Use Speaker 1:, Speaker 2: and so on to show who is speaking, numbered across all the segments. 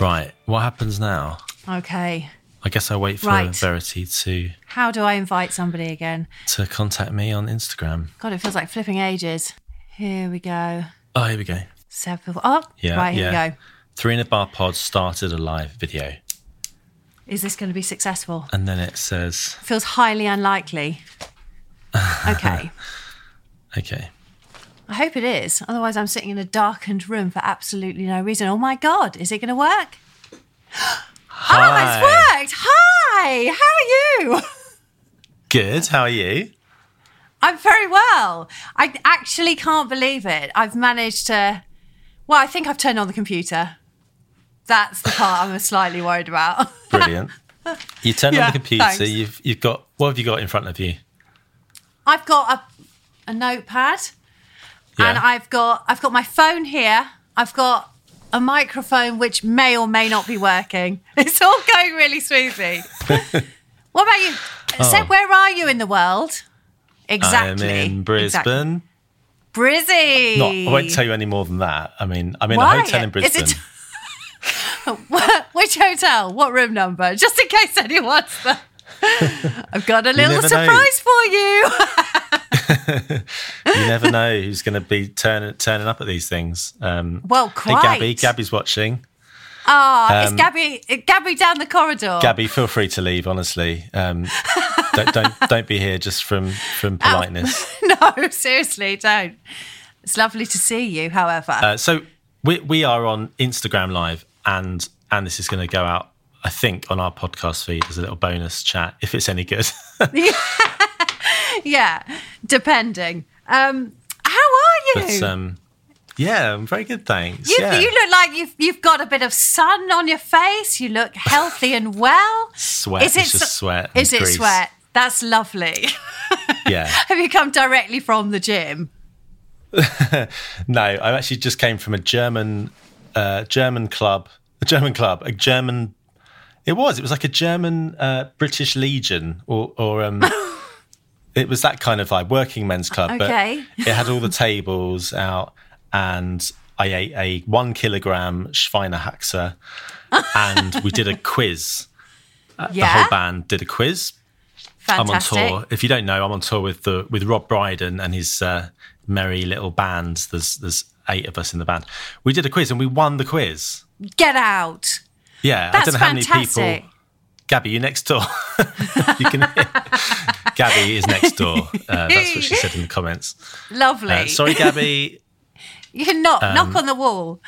Speaker 1: Right, what happens now?
Speaker 2: Okay.
Speaker 1: I guess I wait for
Speaker 2: Right.
Speaker 1: Verity to
Speaker 2: How do I invite somebody again?
Speaker 1: to contact me on Instagram.
Speaker 2: God, it feels like flipping ages. Here we go.
Speaker 1: Oh, here we go.
Speaker 2: Several. Oh,
Speaker 1: Yeah,
Speaker 2: right, here
Speaker 1: yeah.
Speaker 2: we go.
Speaker 1: Three in a bar pod started a live video,
Speaker 2: Is this going to be successful?
Speaker 1: and then it says,
Speaker 2: Feels highly unlikely. Okay.
Speaker 1: "Okay,
Speaker 2: I hope it is. Otherwise, I'm sitting in a darkened room for absolutely no reason. Oh my God, is it going to work?
Speaker 1: hi,
Speaker 2: Oh, it's worked. Hi, how are you?
Speaker 1: good. How are you?
Speaker 2: I'm very well. I actually can't believe it. I've managed to. Well, I think I've turned on the computer. That's the part I'm slightly worried about.
Speaker 1: Brilliant." You turn on
Speaker 2: Yeah,
Speaker 1: the computer.
Speaker 2: thanks.
Speaker 1: You've you've got what have you got in front of you?
Speaker 2: I've got a, a notepad
Speaker 1: Yeah.
Speaker 2: and I've got I've got my phone here. I've got a microphone which may or may not be working. It's all going really smoothly. what about you? So where are you in the world? Exactly.
Speaker 1: Oh. I am in
Speaker 2: Exactly.
Speaker 1: Brisbane.
Speaker 2: Brizzy.
Speaker 1: Not, I won't tell you any more than that. I mean, I'm in
Speaker 2: Why?
Speaker 1: a hotel in
Speaker 2: Is it-
Speaker 1: Brisbane.
Speaker 2: Which hotel? What room number? Just in case anyone's there. I've got a little
Speaker 1: never know.
Speaker 2: surprise for you.
Speaker 1: you never know who's going to be turning turning up at these things. Um,
Speaker 2: Well,
Speaker 1: Hey, Gabby.
Speaker 2: quite.
Speaker 1: Gabby's watching.
Speaker 2: Ah, it's
Speaker 1: Um,
Speaker 2: Gabby. Gabby down the corridor.
Speaker 1: Gabby, feel free to leave. Honestly, um, don't, don't don't be here just from from politeness.
Speaker 2: no, seriously, don't. It's lovely to see you, however.
Speaker 1: Uh, so we we are on Instagram Live, and and this is going to go out, I think, on our podcast feed as a little bonus chat if it's any good.
Speaker 2: yeah, depending. Um, how are you?
Speaker 1: but um, yeah, I'm very good, thanks.
Speaker 2: you,
Speaker 1: yeah.
Speaker 2: you look like you've you've got a bit of sun on your face. You look healthy and well.
Speaker 1: Sweat. It's just
Speaker 2: s-
Speaker 1: sweat and
Speaker 2: Is it
Speaker 1: grease.
Speaker 2: sweat? That's lovely.
Speaker 1: yeah.
Speaker 2: Have you come directly from the gym?
Speaker 1: No, I actually just came from a German uh, German club, a German club, a German. It was. It was like a German uh, British Legion, or or um, it was that kind of vibe, working men's club.
Speaker 2: Okay.
Speaker 1: But it had all the tables out, and I ate a one kilogram Schweinehaxe, and we did a quiz. The
Speaker 2: yeah,
Speaker 1: whole band did a quiz.
Speaker 2: fantastic.
Speaker 1: I'm on tour. If you don't know, I'm on tour with the with Rob Brydon and his uh, merry little band. There's there's eight of us in the band. We did a quiz and we won the quiz.
Speaker 2: Get out.
Speaker 1: Yeah, I
Speaker 2: That's
Speaker 1: don't know how many
Speaker 2: fantastic.
Speaker 1: people. Gabby, you next door. you can. Gabby is next door. Uh, that's what she said in the comments.
Speaker 2: Lovely.
Speaker 1: Uh, sorry, Gabby.
Speaker 2: You can knock knock on the wall.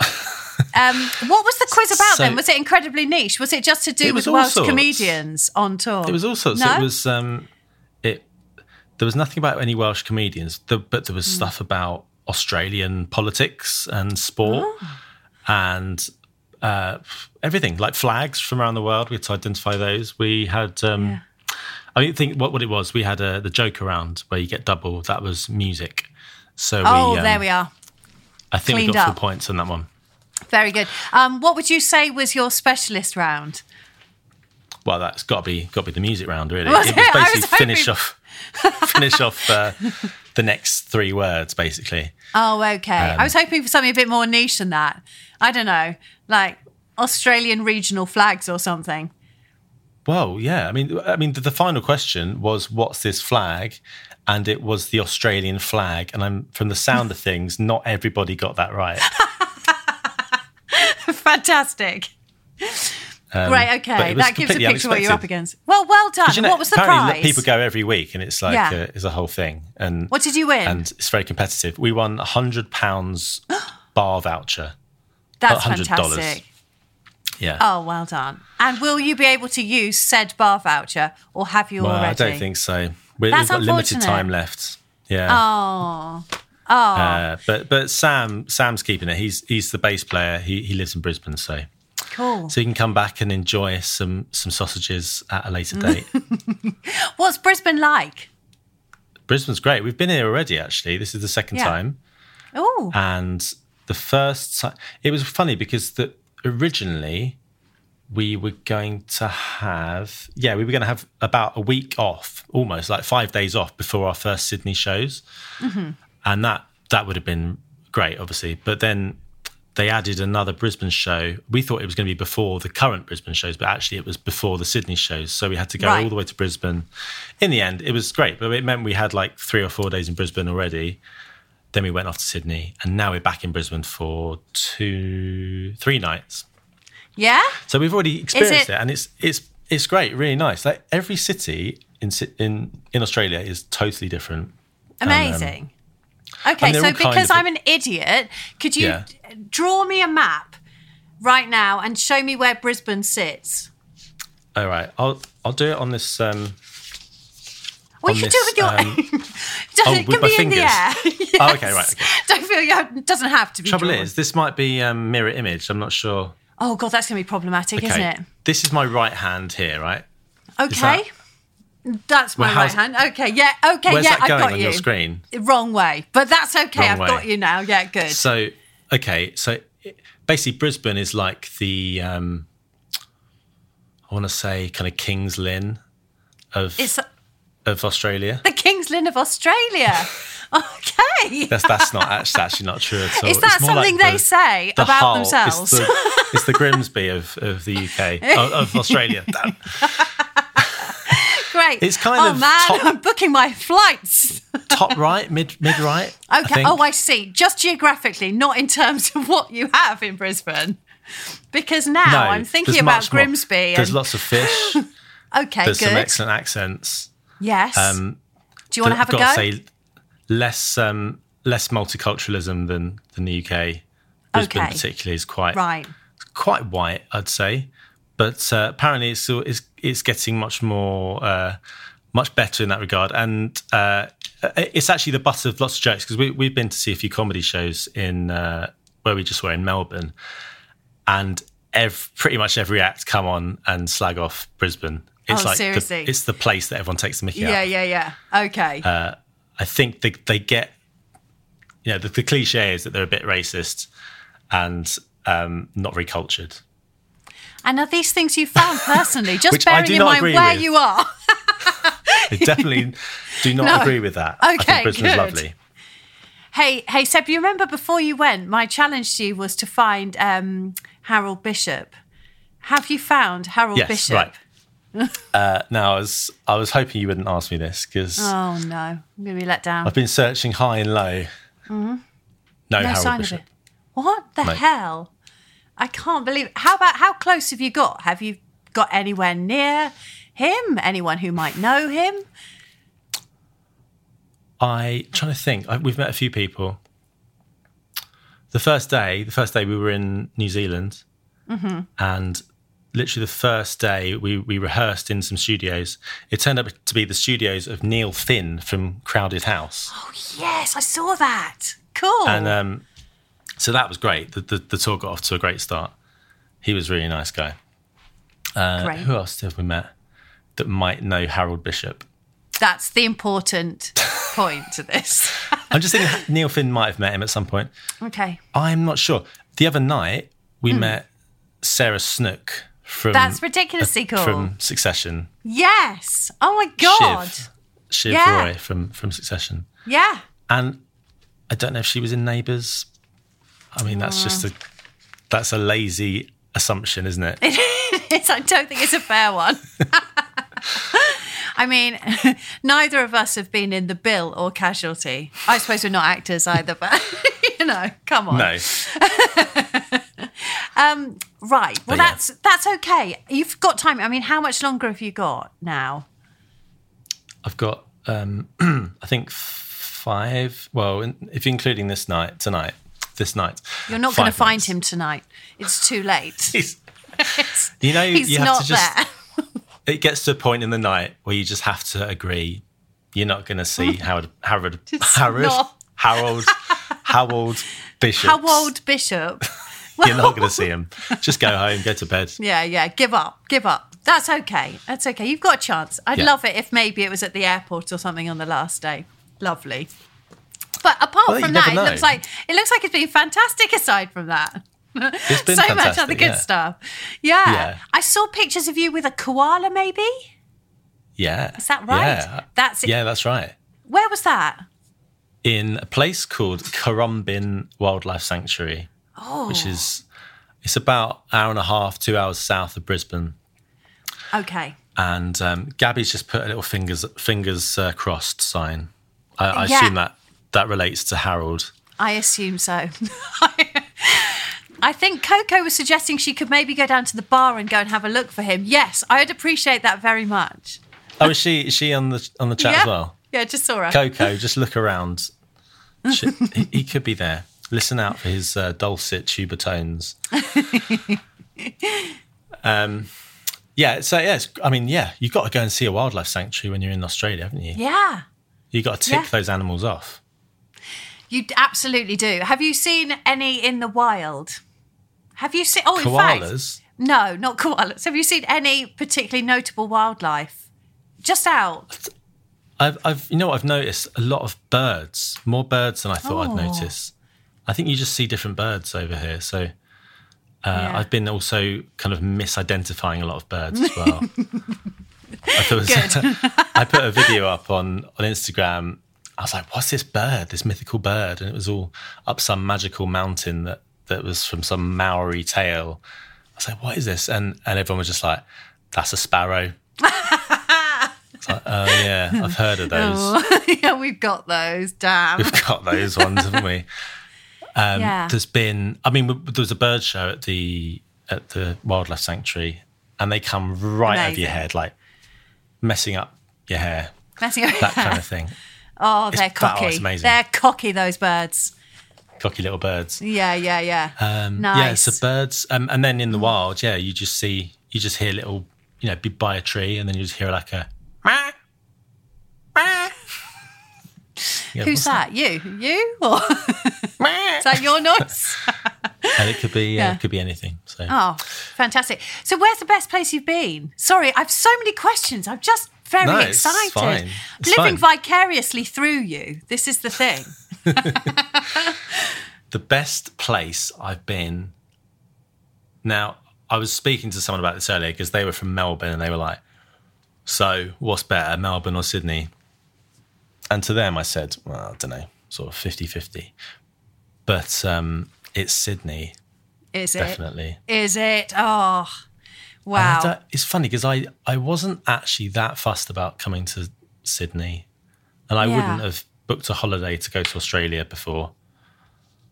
Speaker 2: um, what was the quiz about
Speaker 1: so-
Speaker 2: then? Was it incredibly niche? Was it just to
Speaker 1: It
Speaker 2: do
Speaker 1: was
Speaker 2: with
Speaker 1: all
Speaker 2: Welsh
Speaker 1: sorts.
Speaker 2: comedians on tour?
Speaker 1: It was all sorts.
Speaker 2: No?
Speaker 1: It was um, it. There was nothing about any Welsh comedians, th- but there was
Speaker 2: Hmm.
Speaker 1: stuff about Australian politics and sport
Speaker 2: Ah.
Speaker 1: and uh, everything, like flags from around the world. We had to identify those. We had. Um, I mean, think what what it was. We had uh, the joke around where you get double. That was music. So
Speaker 2: oh,
Speaker 1: we, um,
Speaker 2: there we are.
Speaker 1: I think we
Speaker 2: Cleaned
Speaker 1: got
Speaker 2: up.
Speaker 1: full points on that one.
Speaker 2: Very good. Um, what would you say was your specialist round?
Speaker 1: Well, that's got to be got to be the music round, really.
Speaker 2: Was
Speaker 1: it
Speaker 2: it?
Speaker 1: was
Speaker 2: I
Speaker 1: basically
Speaker 2: was hoping-
Speaker 1: finish off finish off uh, the next three words, basically.
Speaker 2: Oh, okay.
Speaker 1: Um,
Speaker 2: I was hoping for something a bit more niche than that. I don't know, like Australian regional flags or something.
Speaker 1: Well, yeah. I mean, I mean, the, the final question was, "What's this flag?" And it was the Australian flag. And I'm from the sound of things, not everybody got that right.
Speaker 2: Fantastic.
Speaker 1: Um,
Speaker 2: Right,
Speaker 1: but
Speaker 2: okay.
Speaker 1: it was
Speaker 2: That gives a
Speaker 1: completely
Speaker 2: picture what you're up
Speaker 1: unexpected.
Speaker 2: against. Well, well done.
Speaker 1: 'Cause, you know,
Speaker 2: what was the
Speaker 1: apparently
Speaker 2: prize?
Speaker 1: People go every week, and it's like
Speaker 2: Yeah.
Speaker 1: uh, it's a whole thing. And
Speaker 2: What did you win?
Speaker 1: and it's very competitive. We won a hundred pounds bar voucher.
Speaker 2: That's
Speaker 1: $100.
Speaker 2: fantastic.
Speaker 1: Yeah.
Speaker 2: Oh, well done. And will you be able to use said bar voucher or have you
Speaker 1: Well,
Speaker 2: already?
Speaker 1: I don't think so. We,
Speaker 2: That's
Speaker 1: we've got limited
Speaker 2: unfortunate.
Speaker 1: time left. Yeah.
Speaker 2: Oh,
Speaker 1: Uh, but but Sam Sam's keeping it. He's he's the bass player. He he lives in Brisbane, so
Speaker 2: cool.
Speaker 1: so he can come back and enjoy some some sausages at a later date.
Speaker 2: What's Brisbane like?
Speaker 1: Brisbane's great. We've been here already. Actually, this is the second
Speaker 2: Yeah.
Speaker 1: time.
Speaker 2: Oh,
Speaker 1: and the first time it was funny because the originally we were going to have yeah we were going to have about a week off almost like five days off before our first sydney shows and that that would have been great obviously but then they added another brisbane show we thought it was going to be before the current brisbane shows but actually it was before the sydney shows so we had to go
Speaker 2: Right.
Speaker 1: all the way to brisbane in the end it was great but it meant we had like three or four days in brisbane already then we went off to Sydney, and now we're back in Brisbane for two, three nights.
Speaker 2: yeah.
Speaker 1: So we've already experienced
Speaker 2: it-
Speaker 1: it, and it's it's it's great, really nice. Like every city in Sy- in in Australia is totally different.
Speaker 2: Amazing. okay,
Speaker 1: and Um, they're
Speaker 2: so
Speaker 1: all kind
Speaker 2: because
Speaker 1: of-
Speaker 2: I'm an idiot, could you
Speaker 1: Yeah.
Speaker 2: draw me a map right now and show me where Brisbane sits?
Speaker 1: All Oh, right, I'll I'll do it on this. Um,
Speaker 2: Well,
Speaker 1: on
Speaker 2: you can
Speaker 1: this,
Speaker 2: do it with your.
Speaker 1: um,
Speaker 2: Doesn't-
Speaker 1: oh,
Speaker 2: it
Speaker 1: with
Speaker 2: can
Speaker 1: my
Speaker 2: be in the
Speaker 1: fingers.
Speaker 2: air.
Speaker 1: Oh, okay,
Speaker 2: Yes.
Speaker 1: right, okay.
Speaker 2: Don't feel you have, doesn't have to be.
Speaker 1: trouble
Speaker 2: drawn.
Speaker 1: is, this might be um, mirror image. I'm not sure.
Speaker 2: oh god, that's gonna be problematic, isn't it?
Speaker 1: this is my right hand here, right?
Speaker 2: Okay, that's my
Speaker 1: Well,
Speaker 2: right
Speaker 1: how's-
Speaker 2: hand. Okay, yeah, okay,
Speaker 1: Where's
Speaker 2: yeah,
Speaker 1: that
Speaker 2: I've
Speaker 1: going
Speaker 2: got
Speaker 1: on
Speaker 2: you.
Speaker 1: your screen?
Speaker 2: Wrong way, but that's okay.
Speaker 1: Wrong
Speaker 2: I've
Speaker 1: way.
Speaker 2: got you now. Yeah, good.
Speaker 1: So okay, so it- basically Brisbane is like the um, I want to say kind of Kings Lynn of
Speaker 2: it's
Speaker 1: of Australia.
Speaker 2: the King's Lynn of Australia. okay.
Speaker 1: That's that's not that's actually not true at all.
Speaker 2: Is that
Speaker 1: It's more like
Speaker 2: something they say about
Speaker 1: Hull. It's
Speaker 2: themselves?
Speaker 1: the, it's the Grimsby of, of the UK of, of Australia. Damn.
Speaker 2: Great.
Speaker 1: It's kind
Speaker 2: oh,
Speaker 1: of
Speaker 2: man,
Speaker 1: top-
Speaker 2: I'm booking my flights.
Speaker 1: Top right, mid mid right. I
Speaker 2: Okay.
Speaker 1: think.
Speaker 2: oh, I see. Just geographically, not in terms of what you have in Brisbane. Because now
Speaker 1: No,
Speaker 2: I'm thinking
Speaker 1: there's
Speaker 2: about
Speaker 1: much more.
Speaker 2: Grimsby.
Speaker 1: There's
Speaker 2: and,
Speaker 1: lots of fish.
Speaker 2: okay,
Speaker 1: There's some
Speaker 2: good.
Speaker 1: excellent accents.
Speaker 2: Yes.
Speaker 1: Um,
Speaker 2: Do you want
Speaker 1: that-
Speaker 2: to have a
Speaker 1: gotta
Speaker 2: go?
Speaker 1: Say, less um, less multiculturalism than than the UK. Brisbane
Speaker 2: Okay.
Speaker 1: particularly is quite
Speaker 2: right.
Speaker 1: quite white, I'd say. But uh, apparently, it's, it's it's getting much more uh, much better in that regard, and uh, it's actually the butt of lots of jokes because we we've been to see a few comedy shows in uh, where we just were in Melbourne, and ev- pretty much every act come on and slag off Brisbane. It's
Speaker 2: Oh,
Speaker 1: like the-
Speaker 2: seriously?
Speaker 1: it's the place that everyone takes the Mickey out.
Speaker 2: Yeah,
Speaker 1: of.
Speaker 2: yeah, yeah. Okay.
Speaker 1: Uh, I think they they get you know the, the cliche is that they're a bit racist and um, not very cultured.
Speaker 2: and are these things you found personally? Just
Speaker 1: Which I
Speaker 2: bearing
Speaker 1: do
Speaker 2: in
Speaker 1: not
Speaker 2: mind
Speaker 1: agree
Speaker 2: where
Speaker 1: with.
Speaker 2: you are.
Speaker 1: I definitely do not
Speaker 2: No.
Speaker 1: agree with that. I
Speaker 2: Okay,
Speaker 1: think Brisbane's
Speaker 2: good.
Speaker 1: lovely.
Speaker 2: Hey, hey, Seb, you remember before you went, my challenge to you was to find um, Harold Bishop. Have you found Harold
Speaker 1: Yes,
Speaker 2: Bishop?
Speaker 1: right. uh, now, I was I was hoping you wouldn't ask me this because
Speaker 2: Oh, no. I'm going to be let down.
Speaker 1: I've been searching high and low. No,
Speaker 2: Mm-hmm. no
Speaker 1: Harold
Speaker 2: sign
Speaker 1: Bishop.
Speaker 2: of it. What the
Speaker 1: No.
Speaker 2: hell? I can't believe How about how close have you got? Have you got anywhere near him? Anyone who might know him?
Speaker 1: I trying to think. I, we've met a few people. The first day, the first day we were in New Zealand,
Speaker 2: Mm-hmm.
Speaker 1: and literally the first day we we rehearsed in some studios. It turned up to be the studios of Neil Finn from Crowded House,
Speaker 2: Yes, I saw that. Cool.
Speaker 1: and um, so that was great. The, the the tour got off to a great start. He was a really nice guy.
Speaker 2: Great.
Speaker 1: Who else have we met that might know Harold Bishop?
Speaker 2: That's the important point to this.
Speaker 1: I'm just thinking Neil Finn might have met him at some point.
Speaker 2: Okay.
Speaker 1: I'm not sure. The other night we met Sarah Snook from
Speaker 2: Hmm. That's ridiculously cool.
Speaker 1: from Succession.
Speaker 2: Yes. Oh my god.
Speaker 1: Shiv, Shiv
Speaker 2: Yeah.
Speaker 1: Roy from from Succession,
Speaker 2: Yeah.
Speaker 1: and I don't know if she was in Neighbours. I mean, that's
Speaker 2: Hmm.
Speaker 1: just a that's a lazy assumption, isn't it?
Speaker 2: It's, I don't think it's a fair one. I mean, neither of us have been in the bill or casualty. I suppose we're not actors either, but you know, come on.
Speaker 1: no,
Speaker 2: Right.
Speaker 1: But yeah.
Speaker 2: Well, that's that's okay. You've got time. I mean, how much longer have you got now?
Speaker 1: I've got um, I think five. Well, in- if you're including this night tonight, this night
Speaker 2: You're not going to
Speaker 1: five
Speaker 2: find
Speaker 1: nights.
Speaker 2: him tonight. It's too late.
Speaker 1: He's- you know,
Speaker 2: He's
Speaker 1: you have
Speaker 2: not
Speaker 1: to just
Speaker 2: there.
Speaker 1: it gets to a point in the night where you just have to agree You're not going to see Howard, Howard,
Speaker 2: Just
Speaker 1: Harold,
Speaker 2: not.
Speaker 1: Harold, Harold Bishop.
Speaker 2: Harold Bishop.
Speaker 1: You're not going to see him. Just go home, go to bed.
Speaker 2: Yeah, yeah. Give up. Give up. That's okay. That's okay. You've got a chance. I'd
Speaker 1: Yeah.
Speaker 2: love it if maybe it was at the airport or something on the last day. Lovely. But apart
Speaker 1: Well, you
Speaker 2: from
Speaker 1: never
Speaker 2: that,
Speaker 1: know.
Speaker 2: it looks like it looks like it's been fantastic aside from that.
Speaker 1: It's been
Speaker 2: so
Speaker 1: fantastic.
Speaker 2: much other good
Speaker 1: yeah.
Speaker 2: stuff. Yeah.
Speaker 1: Yeah.
Speaker 2: I saw pictures of you with a koala maybe.
Speaker 1: Yeah. Is
Speaker 2: that right?
Speaker 1: Yeah.
Speaker 2: That's it.
Speaker 1: Yeah, that's right.
Speaker 2: Where was that?
Speaker 1: in a place called Karumbin Wildlife Sanctuary,
Speaker 2: Oh.
Speaker 1: which is it's about hour and a half, two hours south of Brisbane.
Speaker 2: Okay.
Speaker 1: And um, Gabby's just put a little fingers fingers uh, crossed sign. I, I
Speaker 2: Yeah.
Speaker 1: assume that that relates to Harold.
Speaker 2: I assume so. I think Coco was suggesting she could maybe go down to the bar and go and have a look for him. Yes, I'd appreciate that very much.
Speaker 1: Oh, is she is she on the on the chat
Speaker 2: yeah.
Speaker 1: as well?
Speaker 2: Yeah, just saw her.
Speaker 1: Coco, just look around. She, he, he could be there. Listen out for his uh, dulcet tuba tones. um, yeah, so yeah, it's, I mean, yeah, you've got to go and see a wildlife sanctuary when you're in Australia, haven't you?
Speaker 2: yeah,
Speaker 1: You've got to tick
Speaker 2: Yeah.
Speaker 1: those animals off.
Speaker 2: you d- absolutely do. Have you seen any in the wild? Have you seen? Oh, in fact,
Speaker 1: Koalas,
Speaker 2: no, not koalas. Have you seen any particularly notable wildlife? Just out.
Speaker 1: I've, I've, you know, what I've noticed a lot of birds, more birds than I thought I'd notice. I think you just see different birds over here. So uh,
Speaker 2: Yeah.
Speaker 1: I've been also kind of misidentifying a lot of birds as well. I, thought I put a video up on, on Instagram. I was like, what's this bird, this mythical bird? And it was all up some magical mountain that, that was from some Maori tale. I was like, what is this? And, and everyone was just like, that's a sparrow. It's like, oh, yeah, I've heard of those.
Speaker 2: yeah, we've got those. Damn.
Speaker 1: We've got those ones, haven't we? Um,
Speaker 2: Yeah.
Speaker 1: There's been, I mean, w- there was a bird show at the at the wildlife sanctuary, and they come right over
Speaker 2: Amazing.
Speaker 1: your head, like messing up your hair,
Speaker 2: Messing up-
Speaker 1: that kind of thing.
Speaker 2: oh, they're
Speaker 1: that- oh, it's
Speaker 2: cocky.
Speaker 1: amazing.
Speaker 2: They're cocky. Those birds.
Speaker 1: Cocky little birds.
Speaker 2: Yeah, yeah, yeah.
Speaker 1: Um, Yeah,
Speaker 2: nice.
Speaker 1: so birds, um, and then in the wild, yeah, you just see, you just hear little, you know, be by a tree, and then you just hear like a. "Meow, meow." Yeah, what's
Speaker 2: Who's that? You? You? Or is that your noise?
Speaker 1: And it could be, yeah.
Speaker 2: Yeah.
Speaker 1: it could be anything. So.
Speaker 2: Oh, fantastic. So, where's the best place you've been? Sorry, I've so many questions. I'm just very
Speaker 1: No, it's
Speaker 2: excited.
Speaker 1: fine. It's
Speaker 2: Living
Speaker 1: fine.
Speaker 2: vicariously through you. This is the thing.
Speaker 1: the best place I've been. Now, I was speaking to someone about this earlier because they were from Melbourne and they were like, So, what's better, Melbourne or Sydney? And to them, I said, Well, I don't know, sort of 50 50. But um, it's Sydney,
Speaker 2: Is it?
Speaker 1: definitely.
Speaker 2: Is it? Oh,
Speaker 1: And uh, I
Speaker 2: wow.
Speaker 1: don't- It's funny because I, I wasn't actually that fussed about coming to Sydney and I
Speaker 2: Yeah.
Speaker 1: wouldn't have booked a holiday to go to Australia before.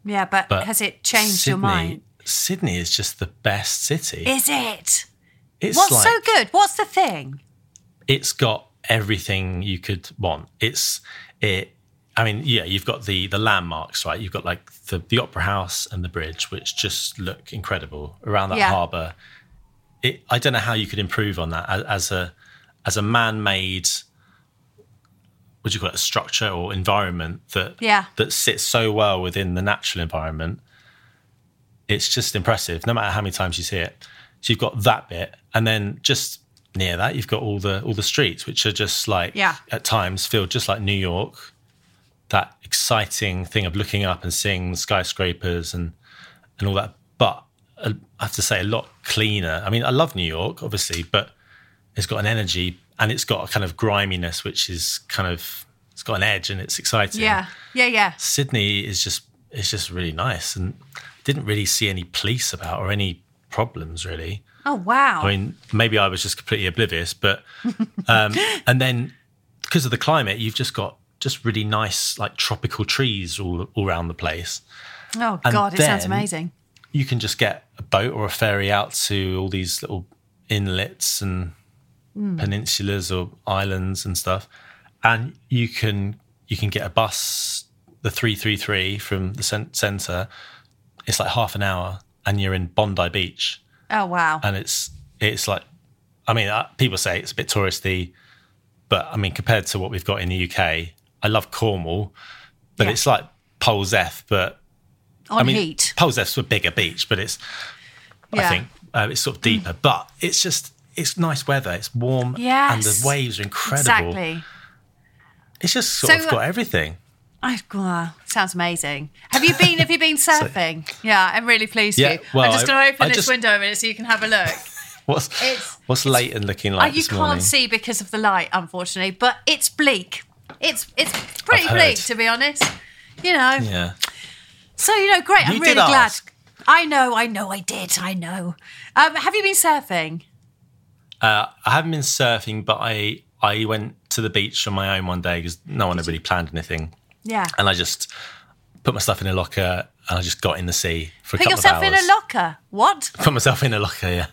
Speaker 2: Yeah, but,
Speaker 1: But
Speaker 2: has it changed your
Speaker 1: Sydney-
Speaker 2: mind?
Speaker 1: Sydney is just the best city.
Speaker 2: Is it?
Speaker 1: it's
Speaker 2: What's so
Speaker 1: like-
Speaker 2: good? What's the thing?
Speaker 1: it's got everything you could want. It's it. I mean, yeah, you've got the the landmarks, right? You've got like the the opera house and the bridge, which just look incredible around that
Speaker 2: Yeah.
Speaker 1: harbour. It. I don't know how you could improve on that as, as a as a man made. What do you call it? A structure or environment that
Speaker 2: Yeah.
Speaker 1: that sits so well within the natural environment. It's just impressive. No matter how many times you see it, so you've got that bit, and then just near that, you've got all the all the streets, which are just like
Speaker 2: Yeah.
Speaker 1: at times feel just like New York. That exciting thing of looking up and seeing skyscrapers and and all that, but uh, I have to say a lot cleaner. I mean, I love New York, obviously, but it's got an energy and it's got a kind of griminess, which is kind of it's got an edge and it's exciting.
Speaker 2: Yeah. Yeah, yeah.
Speaker 1: Sydney is just it's just really nice and didn't really see any police about or any problems really.
Speaker 2: Oh, wow.
Speaker 1: I mean, maybe I was just completely oblivious, but um, and then because of the climate, you've just got just really nice like tropical trees all all around the place.
Speaker 2: oh,
Speaker 1: and
Speaker 2: God, it sounds
Speaker 1: then-
Speaker 2: amazing.
Speaker 1: You can just get a boat or a ferry out to all these little inlets and
Speaker 2: Hmm.
Speaker 1: peninsulas or islands and stuff, and you can you can get a bus, the three three three from the cen- centre. It's like half an hour, and you're in Bondi Beach
Speaker 2: Oh, wow.
Speaker 1: and it's it's like, I mean, uh, people say it's a bit touristy. But I mean, compared to what we've got in the UK, I love Cornwall, but
Speaker 2: Yeah.
Speaker 1: it's like Polzeth, but
Speaker 2: on
Speaker 1: I mean,
Speaker 2: heat.
Speaker 1: Polzeth's a bigger beach, but it's I
Speaker 2: Yeah. Mm.
Speaker 1: think uh, it's sort of deeper. But it's just it's nice weather. It's warm, and
Speaker 2: Yes.
Speaker 1: the waves are incredible.
Speaker 2: Exactly.
Speaker 1: It's just sort
Speaker 2: So,
Speaker 1: of got
Speaker 2: uh,
Speaker 1: everything.
Speaker 2: I, wow, sounds amazing. Have you been? Have you been surfing? yeah, I'm really pleased.
Speaker 1: Yeah,
Speaker 2: you.
Speaker 1: well,
Speaker 2: I'm just
Speaker 1: I-
Speaker 2: going to open
Speaker 1: I
Speaker 2: this
Speaker 1: just-
Speaker 2: window a minute so you can have a look.
Speaker 1: What's
Speaker 2: It's-
Speaker 1: what's Leighton looking
Speaker 2: Uh,
Speaker 1: like
Speaker 2: you
Speaker 1: this
Speaker 2: can't
Speaker 1: morning?
Speaker 2: see because of the light, unfortunately, but it's bleak. It's it's pretty
Speaker 1: I've heard.
Speaker 2: bleak to be honest. You know.
Speaker 1: Yeah,
Speaker 2: So you know, great. I'm
Speaker 1: You
Speaker 2: really
Speaker 1: did
Speaker 2: glad.
Speaker 1: ask.
Speaker 2: I know. I know. I did. I know. Um, have you been surfing?
Speaker 1: I haven't been surfing, but I I went to the beach on my own one day because no one had really planned anything,
Speaker 2: Yeah.
Speaker 1: and I just put my stuff in a locker and I just got in the sea for a
Speaker 2: Put
Speaker 1: couple
Speaker 2: yourself
Speaker 1: of
Speaker 2: in
Speaker 1: hours.
Speaker 2: a locker. What
Speaker 1: Put myself in a locker. Yeah.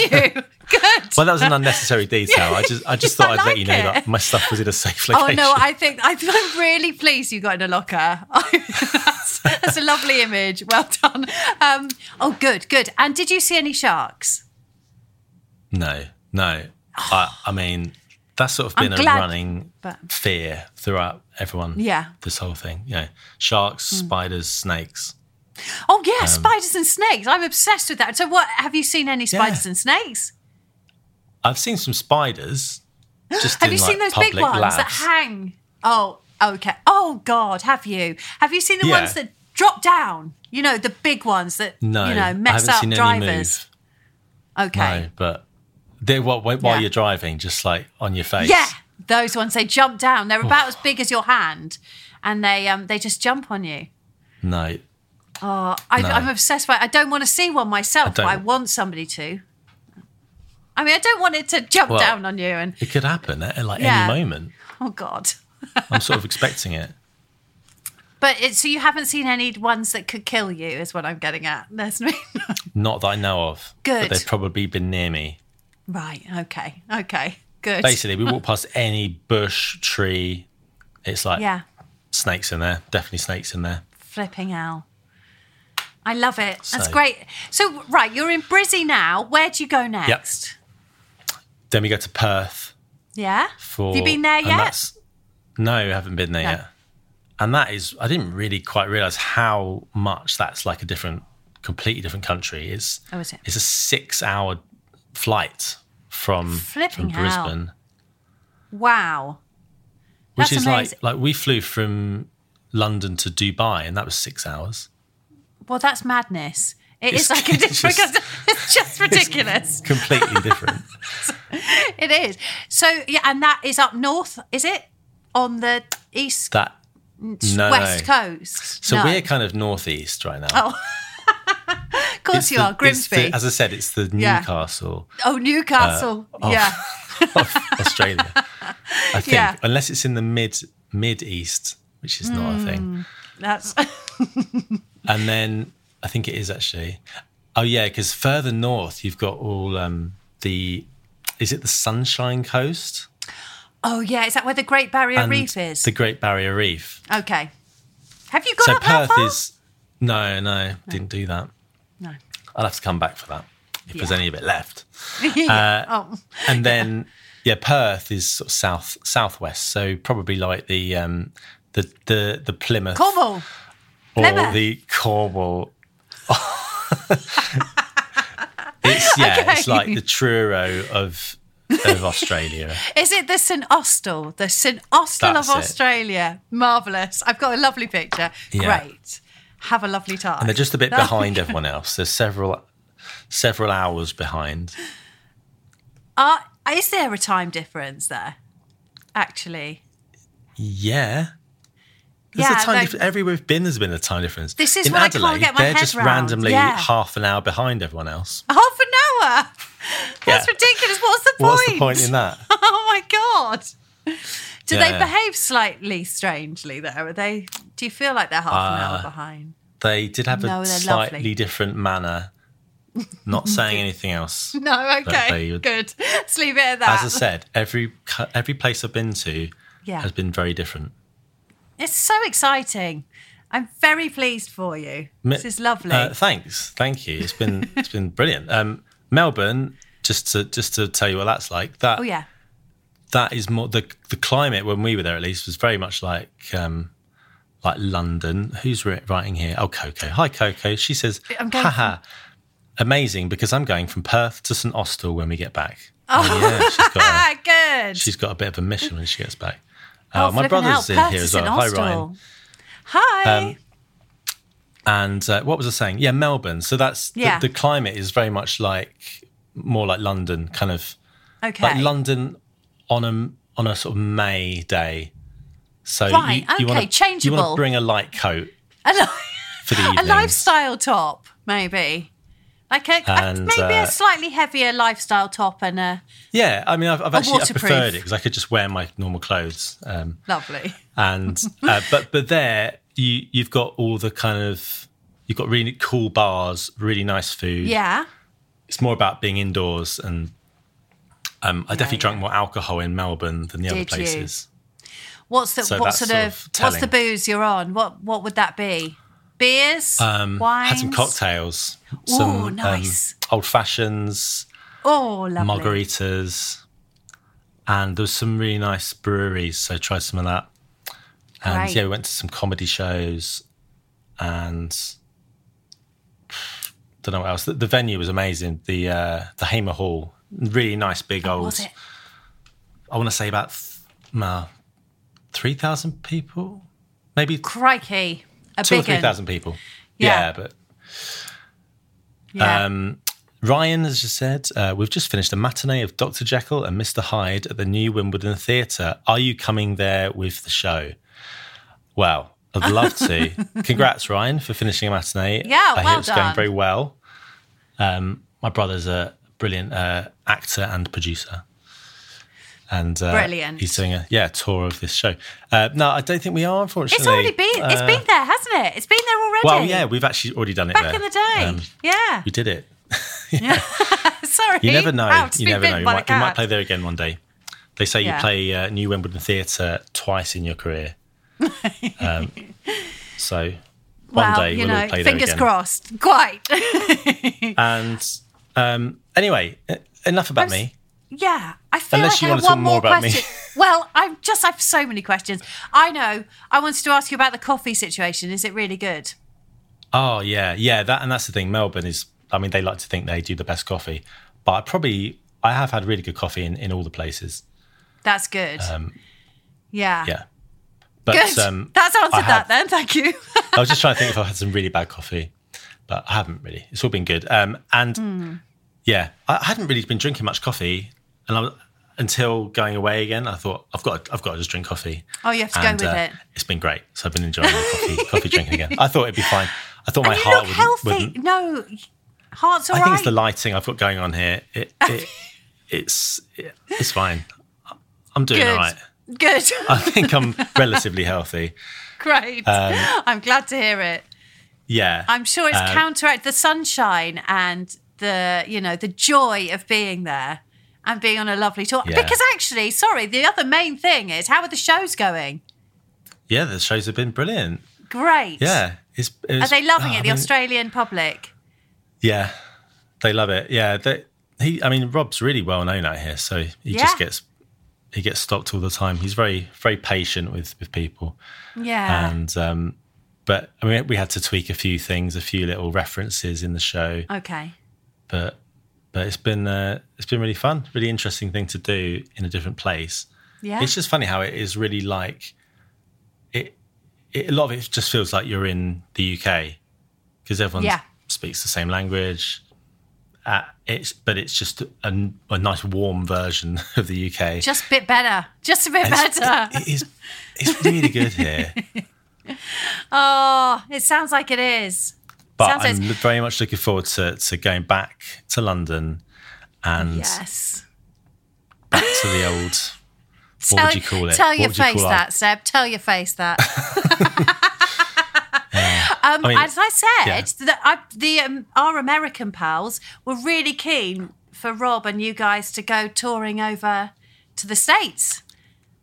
Speaker 2: you? Good.
Speaker 1: Well, that was an unnecessary detail. I just I just
Speaker 2: I
Speaker 1: thought I'd
Speaker 2: like
Speaker 1: let you know
Speaker 2: it.
Speaker 1: that my stuff was in a safe
Speaker 2: Oh
Speaker 1: location.
Speaker 2: no! I think I think I'm really pleased you got in a locker. that's, that's a lovely image. Well done. Um, oh, good, good. And did you see any sharks?
Speaker 1: No, no. I, I mean, that's sort of
Speaker 2: I'm
Speaker 1: been a
Speaker 2: glad,
Speaker 1: running
Speaker 2: but-
Speaker 1: fear throughout everyone.
Speaker 2: Yeah. Hmm.
Speaker 1: This whole thing. You know, sharks, spiders, snakes.
Speaker 2: Oh yeah,
Speaker 1: Um,
Speaker 2: spiders and snakes. I'm obsessed with that. So what? Have you seen any spiders
Speaker 1: Yeah.
Speaker 2: and snakes?
Speaker 1: I've seen some spiders. Just
Speaker 2: Have
Speaker 1: in,
Speaker 2: you
Speaker 1: like,
Speaker 2: seen those
Speaker 1: public
Speaker 2: big ones
Speaker 1: labs.
Speaker 2: that hang? Oh, okay. Oh God, have you? Have you seen the
Speaker 1: Yeah.
Speaker 2: ones that drop down? You know, the big ones that
Speaker 1: No,
Speaker 2: you know
Speaker 1: I
Speaker 2: mess
Speaker 1: haven't
Speaker 2: up
Speaker 1: seen
Speaker 2: drivers.
Speaker 1: any
Speaker 2: Okay.
Speaker 1: move. No, but they're while, while
Speaker 2: Yeah.
Speaker 1: you're driving, just like on your face.
Speaker 2: Yeah, those ones they jump down. They're about as big as your hand, and they um they just jump on you.
Speaker 1: No,
Speaker 2: I,
Speaker 1: No.
Speaker 2: I'm obsessed by. it. I don't want to see one myself, but
Speaker 1: don't.
Speaker 2: I want somebody to. I mean, I don't want it to jump
Speaker 1: Well-
Speaker 2: down on you and
Speaker 1: it could happen at like
Speaker 2: Yeah.
Speaker 1: any moment.
Speaker 2: oh god.
Speaker 1: I'm sort of expecting it.
Speaker 2: But it, so you haven't seen any ones that could kill you, is what I'm getting at. There's no,
Speaker 1: Not that I know of.
Speaker 2: Good.
Speaker 1: But they've probably been near me.
Speaker 2: right. Okay. Okay. Good.
Speaker 1: Basically, we walk past any bush, tree. It's like
Speaker 2: Yeah.
Speaker 1: snakes in there. Definitely snakes in there.
Speaker 2: Flipping out. I love it. That's
Speaker 1: So-
Speaker 2: great. So right, you're in Brizzy now. Where do you go next?
Speaker 1: Then we go to Perth
Speaker 2: Yeah.
Speaker 1: for.
Speaker 2: Have you been there
Speaker 1: and
Speaker 2: yet?
Speaker 1: that's- No, I haven't been there yet. And that is, I didn't really quite realize how much that's like a different, completely different country. It's
Speaker 2: Oh, is it?
Speaker 1: It's a six-hour flight from
Speaker 2: Flipping
Speaker 1: from
Speaker 2: hell.
Speaker 1: Brisbane,
Speaker 2: Wow.
Speaker 1: which
Speaker 2: That's
Speaker 1: is
Speaker 2: amazing.
Speaker 1: like like we flew from London to Dubai, and that was six hours.
Speaker 2: Well, that's madness. It is
Speaker 1: It's-
Speaker 2: like a
Speaker 1: it's
Speaker 2: different.
Speaker 1: just-
Speaker 2: It's just ridiculous.
Speaker 1: Completely different.
Speaker 2: It is. So yeah, and that is up north, is it? On the east
Speaker 1: That no.
Speaker 2: west coast.
Speaker 1: So
Speaker 2: No.
Speaker 1: we're kind of northeast right now. Oh,
Speaker 2: of course you are Grimsby.
Speaker 1: as Uh, I said, it's the
Speaker 2: Yeah.
Speaker 1: Newcastle
Speaker 2: oh, Newcastle.
Speaker 1: of-
Speaker 2: yeah.
Speaker 1: of Australia. I think,
Speaker 2: Yeah.
Speaker 1: unless it's in the mid mid east, which is not a
Speaker 2: Hmm.
Speaker 1: thing.
Speaker 2: That's
Speaker 1: And then I think it is actually. Oh yeah, because further north you've got all um, the. Is it the Sunshine Coast?
Speaker 2: Oh yeah, is that where the Great Barrier
Speaker 1: And
Speaker 2: Reef is?
Speaker 1: The Great Barrier Reef.
Speaker 2: okay. Have you got
Speaker 1: so
Speaker 2: up that
Speaker 1: Perth
Speaker 2: far?
Speaker 1: is. No, no, didn't do that.
Speaker 2: No.
Speaker 1: I'll have to come back for that if there's any of it left. uh,
Speaker 2: oh.
Speaker 1: and then yeah, Perth is sort of south southwest, so probably like the um, the the the Plymouth
Speaker 2: Cornwall.
Speaker 1: or
Speaker 2: Plymouth.
Speaker 1: the Cornwall. it's yeah, it's like the Truro of of Australia.
Speaker 2: Is it the St. Austell? The St. Austell
Speaker 1: That's
Speaker 2: of
Speaker 1: it.
Speaker 2: Australia. Marvellous. I've got a lovely picture.
Speaker 1: Yeah.
Speaker 2: Great. Have a lovely time.
Speaker 1: They're just a bit behind everyone else. They're several several hours behind.
Speaker 2: Are, is there a time difference there? Actually,
Speaker 1: Yeah. There's
Speaker 2: Yeah,
Speaker 1: a time
Speaker 2: like-
Speaker 1: difference. Everywhere we've been, there's been a time difference.
Speaker 2: This is
Speaker 1: In
Speaker 2: what I can't
Speaker 1: Adelaide,
Speaker 2: get my
Speaker 1: they're
Speaker 2: head
Speaker 1: just
Speaker 2: round.
Speaker 1: randomly
Speaker 2: Yeah.
Speaker 1: half an hour behind everyone else.
Speaker 2: half an hour. That's
Speaker 1: Yeah.
Speaker 2: ridiculous. What's the point?
Speaker 1: What's the point in that?
Speaker 2: Oh my god. Do they
Speaker 1: Yeah.
Speaker 2: behave slightly strangely there? Are they? Do you feel like they're half an
Speaker 1: Uh,
Speaker 2: hour behind?
Speaker 1: They did have
Speaker 2: No,
Speaker 1: a
Speaker 2: they're
Speaker 1: slightly
Speaker 2: lovely.
Speaker 1: different manner. Not saying anything else.
Speaker 2: No. Okay.
Speaker 1: they-
Speaker 2: Good. Let's leave it at
Speaker 1: As
Speaker 2: that.
Speaker 1: I said, every cu- every place I've been to
Speaker 2: Yeah.
Speaker 1: has been very different.
Speaker 2: It's so exciting. I'm very pleased for you.
Speaker 1: Mi-
Speaker 2: This is lovely.
Speaker 1: Uh, thanks, thank you. It's been it's been brilliant. Um, Melbourne, just to just to tell you what that's like. That
Speaker 2: oh yeah.
Speaker 1: that is more the the climate when we were there at least was very much like um like London. Who's ri- writing here? Oh, Coco. Hi, Coco. She says,
Speaker 2: I'm going
Speaker 1: haha, amazing because I'm going from Perth to St Austell when we get back. Oh, yeah, she's got a,
Speaker 2: Ah, good.
Speaker 1: she's got a bit of a mission when she gets back.
Speaker 2: Oh,
Speaker 1: Uh, my
Speaker 2: flipping
Speaker 1: brother's
Speaker 2: hell,
Speaker 1: in
Speaker 2: Perth
Speaker 1: here
Speaker 2: is
Speaker 1: as
Speaker 2: in
Speaker 1: well. Hi,
Speaker 2: Austell.
Speaker 1: Ryan. Um,
Speaker 2: Hi.
Speaker 1: And uh, what was I saying? Yeah, Melbourne. So that's
Speaker 2: Yeah.
Speaker 1: the, the climate is very much like more like London, kind of
Speaker 2: okay.
Speaker 1: like London on a on a sort of May day. So
Speaker 2: Right,
Speaker 1: you, you wanna- You
Speaker 2: okay,
Speaker 1: want
Speaker 2: changeable.
Speaker 1: to bring a light coat
Speaker 2: a, li-
Speaker 1: for the
Speaker 2: a
Speaker 1: evening.
Speaker 2: lifestyle top, maybe. Like a, a-
Speaker 1: And,
Speaker 2: maybe
Speaker 1: uh,
Speaker 2: a slightly heavier lifestyle top and a
Speaker 1: Yeah, I mean, I've, I've actually I
Speaker 2: waterproof.
Speaker 1: preferred it because I could just wear my normal clothes. Um,
Speaker 2: lovely.
Speaker 1: and uh, but but there you you've got all the kind of you've got really cool bars, really nice food.
Speaker 2: Yeah.
Speaker 1: it's more about being indoors and. Um, I definitely drank more alcohol in Melbourne than the other
Speaker 2: Did you?
Speaker 1: places.
Speaker 2: What's the
Speaker 1: So
Speaker 2: what
Speaker 1: that's
Speaker 2: sort
Speaker 1: sort
Speaker 2: of,
Speaker 1: of
Speaker 2: what's the
Speaker 1: telling.
Speaker 2: booze you're on? What what would that be? Beers, um, wines,
Speaker 1: Had some cocktails,
Speaker 2: Ooh,
Speaker 1: some um,
Speaker 2: nice.
Speaker 1: old fashions,
Speaker 2: Oh, lovely.
Speaker 1: margaritas, and there was some really nice breweries. So I tried some of that, and
Speaker 2: Great.
Speaker 1: yeah, we went to some comedy shows, and don't know what else. The, the venue was amazing. The uh, the Hamer Hall, really nice, big old.
Speaker 2: Was it?
Speaker 1: I want to say about th- uh, three thousand people, maybe
Speaker 2: Crikey, a
Speaker 1: two or
Speaker 2: big
Speaker 1: three
Speaker 2: un.
Speaker 1: thousand people.
Speaker 2: Yeah.
Speaker 1: yeah but
Speaker 2: Yeah.
Speaker 1: Um, Ryan has just said, uh, We've just finished a matinee of Dr. Jekyll and Mr. Hyde at the new Wimbledon Theatre. Are you coming there with the show? Well, I'd love to. Congrats, Ryan, for finishing a matinee.
Speaker 2: Yeah,
Speaker 1: I
Speaker 2: well
Speaker 1: it's
Speaker 2: done.
Speaker 1: going very well. Um, my brother's a brilliant uh, actor and producer. And uh,
Speaker 2: Brilliant.
Speaker 1: he's doing a yeah tour of this show. Uh, no, I don't think we are. Unfortunately,
Speaker 2: it's already been it's
Speaker 1: Uh,
Speaker 2: been there, hasn't it? It's been there already.
Speaker 1: well, yeah, we've actually already done it
Speaker 2: back
Speaker 1: there.
Speaker 2: in the day.
Speaker 1: Um,
Speaker 2: yeah.
Speaker 1: we did it.
Speaker 2: Sorry.
Speaker 1: You never know.
Speaker 2: Ouch,
Speaker 1: you
Speaker 2: been
Speaker 1: never know.
Speaker 2: bitten
Speaker 1: You
Speaker 2: by a
Speaker 1: might, you might
Speaker 2: cat.
Speaker 1: play there again one day. They say
Speaker 2: Yeah.
Speaker 1: you play uh, New Wimbledon Theatre twice in your career. um, so one
Speaker 2: well,
Speaker 1: day
Speaker 2: you
Speaker 1: we'll
Speaker 2: know,
Speaker 1: all play there
Speaker 2: fingers
Speaker 1: again.
Speaker 2: crossed. Quite.
Speaker 1: And um, anyway, e- enough about me.
Speaker 2: Yeah, I feel
Speaker 1: Unless
Speaker 2: like
Speaker 1: you
Speaker 2: I
Speaker 1: wanna
Speaker 2: have
Speaker 1: talk
Speaker 2: one
Speaker 1: more
Speaker 2: more
Speaker 1: about me.
Speaker 2: question. well, I'm just I have so many questions. I know. I wanted to ask you about the coffee situation. Is it really good?
Speaker 1: Oh yeah, yeah. That and that's the thing. Melbourne is. I mean, they like to think they do the best coffee, but I probably I have had really good coffee in, in all the places.
Speaker 2: That's good. Um, yeah.
Speaker 1: Yeah, but
Speaker 2: Good.
Speaker 1: um,
Speaker 2: That's answered
Speaker 1: I have-
Speaker 2: that then. Thank you.
Speaker 1: I was just trying to think if I've had some really bad coffee, but I haven't really. It's all been good. Um, and
Speaker 2: Hmm.
Speaker 1: yeah, I I hadn't really been drinking much coffee, and I was, until going away again, I thought I've got, to, I've got to just drink coffee. uh,
Speaker 2: Oh, you have to go with it.
Speaker 1: It's been great. So I've been enjoying my coffee, coffee drinking again. I thought it'd be fine. I thought my
Speaker 2: you
Speaker 1: heart
Speaker 2: look
Speaker 1: wouldn't.
Speaker 2: healthy.
Speaker 1: wouldn't-
Speaker 2: No, heart's all
Speaker 1: I
Speaker 2: right.
Speaker 1: think it's the lighting I've got going on here. It, it, it's, it, it's fine. I'm doing
Speaker 2: Good.
Speaker 1: all right.
Speaker 2: Good.
Speaker 1: I think I'm relatively healthy.
Speaker 2: Great.
Speaker 1: Um,
Speaker 2: I'm glad to hear it.
Speaker 1: Yeah.
Speaker 2: I'm sure it's
Speaker 1: Um,
Speaker 2: counteract the sunshine and the you know the joy of being there and being on a lovely tour.
Speaker 1: Yeah.
Speaker 2: Because actually, sorry, the other main thing is how are the shows going?
Speaker 1: Yeah, the shows have been brilliant.
Speaker 2: Great.
Speaker 1: Yeah. It's, it
Speaker 2: Are
Speaker 1: was-
Speaker 2: they loving
Speaker 1: oh,
Speaker 2: it?
Speaker 1: I
Speaker 2: The
Speaker 1: mean,
Speaker 2: Australian public.
Speaker 1: Yeah, they love it. Yeah, they, he. I mean, Rob's really well known out here, so he just
Speaker 2: Yeah.
Speaker 1: gets he gets stopped all the time. He's very very patient with with people,
Speaker 2: Yeah.
Speaker 1: and um, but I mean, we had to tweak a few things, a few little references in the show,
Speaker 2: okay.
Speaker 1: but but it's been uh, it's been really fun, really interesting thing to do in a different place.
Speaker 2: Yeah.
Speaker 1: It's just funny how it is really like it, it. A lot of it just feels like you're in the UK because everyone
Speaker 2: Yeah.
Speaker 1: speaks the same language. Uh, it's but it's just a, a nice warm version of the UK.
Speaker 2: just a bit better. Just a bit
Speaker 1: It's-
Speaker 2: better.
Speaker 1: it is. It's really good here,
Speaker 2: Oh, it sounds like it is.
Speaker 1: but
Speaker 2: Sounds
Speaker 1: I'm
Speaker 2: nice.
Speaker 1: very much looking forward to, to going back to London and
Speaker 2: Yes.
Speaker 1: back to the old. What would you call it?
Speaker 2: Tell
Speaker 1: What
Speaker 2: your
Speaker 1: would you call
Speaker 2: face
Speaker 1: our-
Speaker 2: that, Seb. Tell your face that. um,
Speaker 1: I mean,
Speaker 2: as I said,
Speaker 1: yeah.
Speaker 2: the, I, the um, our American pals were really keen for Rob and you guys to go touring over to the states.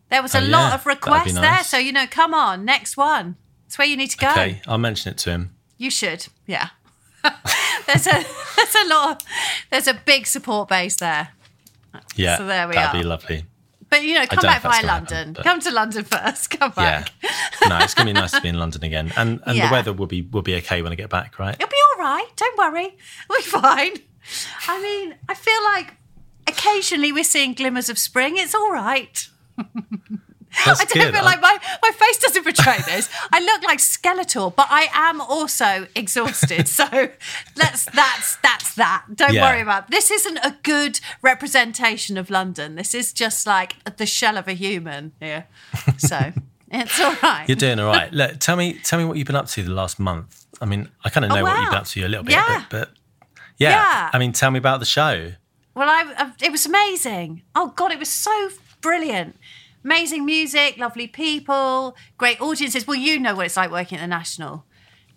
Speaker 2: There was a
Speaker 1: Oh,
Speaker 2: lot
Speaker 1: yeah.
Speaker 2: of
Speaker 1: That'd be
Speaker 2: requests there,
Speaker 1: nice.
Speaker 2: so you know, come on, next one. It's where you need to go.
Speaker 1: Okay, I'll mention it to him.
Speaker 2: You should, yeah. there's a there's a lot of there's a big support base there.
Speaker 1: Yeah,
Speaker 2: So there we
Speaker 1: that'd
Speaker 2: are.
Speaker 1: be lovely.
Speaker 2: But you know, come
Speaker 1: don't
Speaker 2: back
Speaker 1: know if that's
Speaker 2: via
Speaker 1: gonna happen,
Speaker 2: London.
Speaker 1: but-
Speaker 2: Come to London first. Come
Speaker 1: Yeah.
Speaker 2: back.
Speaker 1: no, it's gonna be nice to be in London again, and and
Speaker 2: Yeah.
Speaker 1: the weather will be will be okay when I get back, right?
Speaker 2: It'll be all right. Don't worry. We'll be fine. I mean, I feel like occasionally we're seeing glimmers of spring. It's all right.
Speaker 1: That's
Speaker 2: I don't
Speaker 1: good.
Speaker 2: feel
Speaker 1: I-
Speaker 2: like my, my face doesn't portray this. I look like Skeletor, but I am also exhausted. So let's that's that's that. Don't
Speaker 1: Yeah.
Speaker 2: worry about this. Isn't a good representation of London. This is just like the shell of a human here. So it's all right.
Speaker 1: You're doing all right. Look, tell me, tell me what you've been up to the last month. I mean, I kind of know what you've been
Speaker 2: Oh, wow.
Speaker 1: up to a little bit,
Speaker 2: Yeah.
Speaker 1: but, but yeah.
Speaker 2: Yeah.
Speaker 1: I mean, tell me about the show.
Speaker 2: Well, I, I it was amazing. Oh God, it was so brilliant. Amazing music, lovely people, great audiences. Well, you know what it's like working at the National.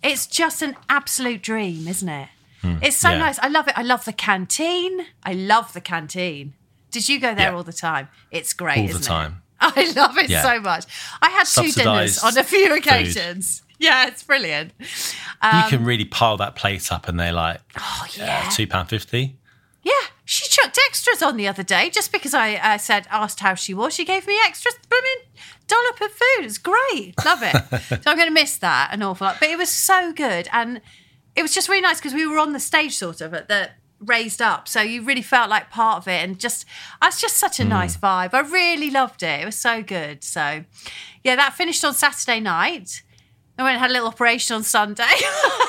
Speaker 2: It's just an absolute dream, isn't it? it's so
Speaker 1: Hmm. yeah.
Speaker 2: nice. I love it. I love the canteen. I love the canteen. Did you go there
Speaker 1: Yeah.
Speaker 2: all the time? It's great,
Speaker 1: All the
Speaker 2: isn't it?
Speaker 1: time.
Speaker 2: I love it
Speaker 1: Yeah.
Speaker 2: so much. I had two dinners
Speaker 1: Subsidised
Speaker 2: on a few
Speaker 1: food.
Speaker 2: occasions. Yeah, it's brilliant.
Speaker 1: you
Speaker 2: Um,
Speaker 1: can really pile that plate up, and they're like, oh yeah, two pound fifty.
Speaker 2: Yeah, she chucked extras on the other day just because I uh, said asked how she was. She gave me extras, blooming dollop of food. It's great, love it. so I'm going to miss that an awful lot, but it was so good, and it was just really nice because we were on the stage sort of at the raised up, so you really felt like part of it, and just that's just such a nice vibe. I really loved it. It was so good. So yeah, that finished on Saturday night. I went and had a little operation on Sunday.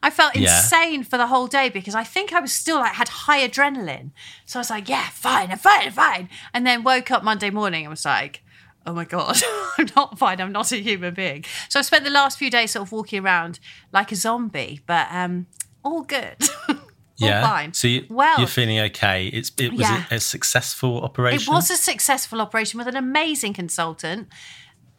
Speaker 2: I felt
Speaker 1: Yeah.
Speaker 2: insane for the whole day because I think I was still like had high adrenaline. So I was like, yeah, fine, I'm fine, I'm fine. And then woke up Monday morning and was like, oh my God, I'm not fine. I'm not a human being. So I spent the last few days sort of walking around like a zombie, but um, all good. all
Speaker 1: Yeah.
Speaker 2: Oh, fine.
Speaker 1: So you,
Speaker 2: well,
Speaker 1: you're feeling okay. It's it was
Speaker 2: Yeah.
Speaker 1: it a successful operation.
Speaker 2: it was a successful operation with an amazing consultant,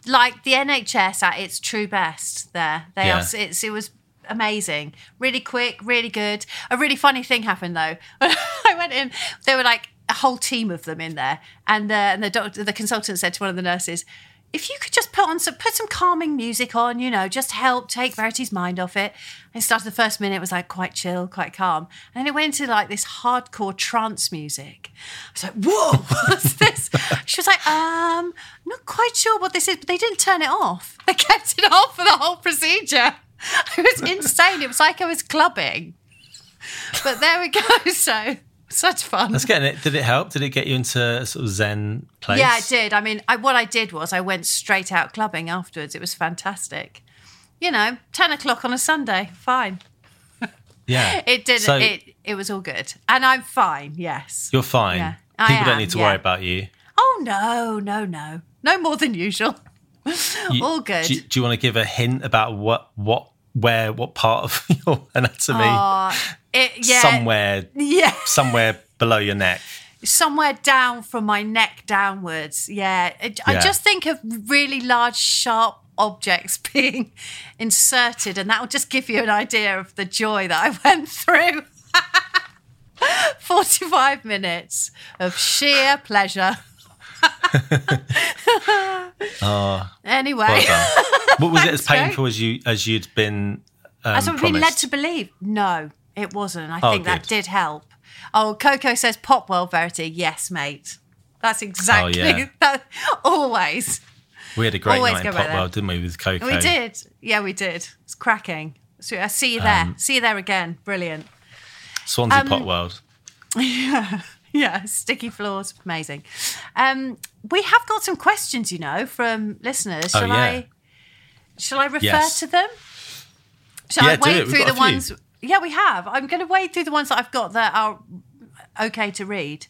Speaker 2: like the NHS at its true best. There, they
Speaker 1: Yeah.
Speaker 2: are. It's, it was amazing, really quick, really good. A really funny thing happened though. I went in. There were like a whole team of them in there, and the and the doctor, the consultant said to one of the nurses. If you could just put on some, put some calming music on, you know, just help take Verity's mind off it. And it started the first minute it was like quite chill, quite calm, and then it went into like this hardcore trance music. I was like, "Whoa, what's this?" She was like, "Um, I'm not quite sure what this is." But they didn't turn it off. They kept it on for the whole procedure. It was insane. It was like I was clubbing. But there we go. So such fun.
Speaker 1: That's good. And it, did it help? Did it get you into a sort of zen place?
Speaker 2: Yeah, it did. I mean, I, what I did was I went straight out clubbing afterwards. It was fantastic. You know, ten o'clock on a Sunday, fine.
Speaker 1: Yeah.
Speaker 2: It did.
Speaker 1: So
Speaker 2: not it it was all good, and I'm fine. Yes.
Speaker 1: you're fine.
Speaker 2: Yeah, I
Speaker 1: People don't
Speaker 2: am,
Speaker 1: need to
Speaker 2: yeah.
Speaker 1: worry about you.
Speaker 2: Oh no, no, no, no more than usual.
Speaker 1: You-
Speaker 2: All good.
Speaker 1: Do you, do you want to give a hint about what what where what part of your anatomy?
Speaker 2: It, yeah,
Speaker 1: Somewhere
Speaker 2: Yeah.
Speaker 1: somewhere below your neck.
Speaker 2: somewhere down from my neck downwards. Yeah. I- I
Speaker 1: Yeah.
Speaker 2: just think of really large, sharp objects being inserted, and that will just give you an idea of the joy that I went through. 45 minutes of sheer pleasure. anyway,
Speaker 1: Ah, Well done. What was it as
Speaker 2: Thanks, mate.
Speaker 1: painful as you as you'd been? Um,
Speaker 2: that's what we've been led
Speaker 1: promised?
Speaker 2: to believe. No, it wasn't. I
Speaker 1: Oh,
Speaker 2: think that
Speaker 1: good.
Speaker 2: did help. Oh, Coco says pop world verity. Yes, mate. That's exactly
Speaker 1: Oh, yeah.
Speaker 2: that. Always.
Speaker 1: We had a great
Speaker 2: Always
Speaker 1: night
Speaker 2: go
Speaker 1: in
Speaker 2: back
Speaker 1: Pop World, didn't we, with Coco?
Speaker 2: We did. Yeah, we did. It's cracking. So I
Speaker 1: Um,
Speaker 2: see you there. see you there again. Brilliant.
Speaker 1: Swansea
Speaker 2: Um,
Speaker 1: Pop World.
Speaker 2: Yeah, sticky floors. Amazing. Um, we have got some questions, you know, from listeners.
Speaker 1: Oh,
Speaker 2: Shall
Speaker 1: yeah.
Speaker 2: I shall I refer
Speaker 1: Yes.
Speaker 2: to them? Shall
Speaker 1: Yeah,
Speaker 2: I
Speaker 1: do
Speaker 2: wade
Speaker 1: it. We've
Speaker 2: through
Speaker 1: got a
Speaker 2: the
Speaker 1: few.
Speaker 2: ones Yeah, we have. I'm gonna wade through the ones that I've got that are okay to read.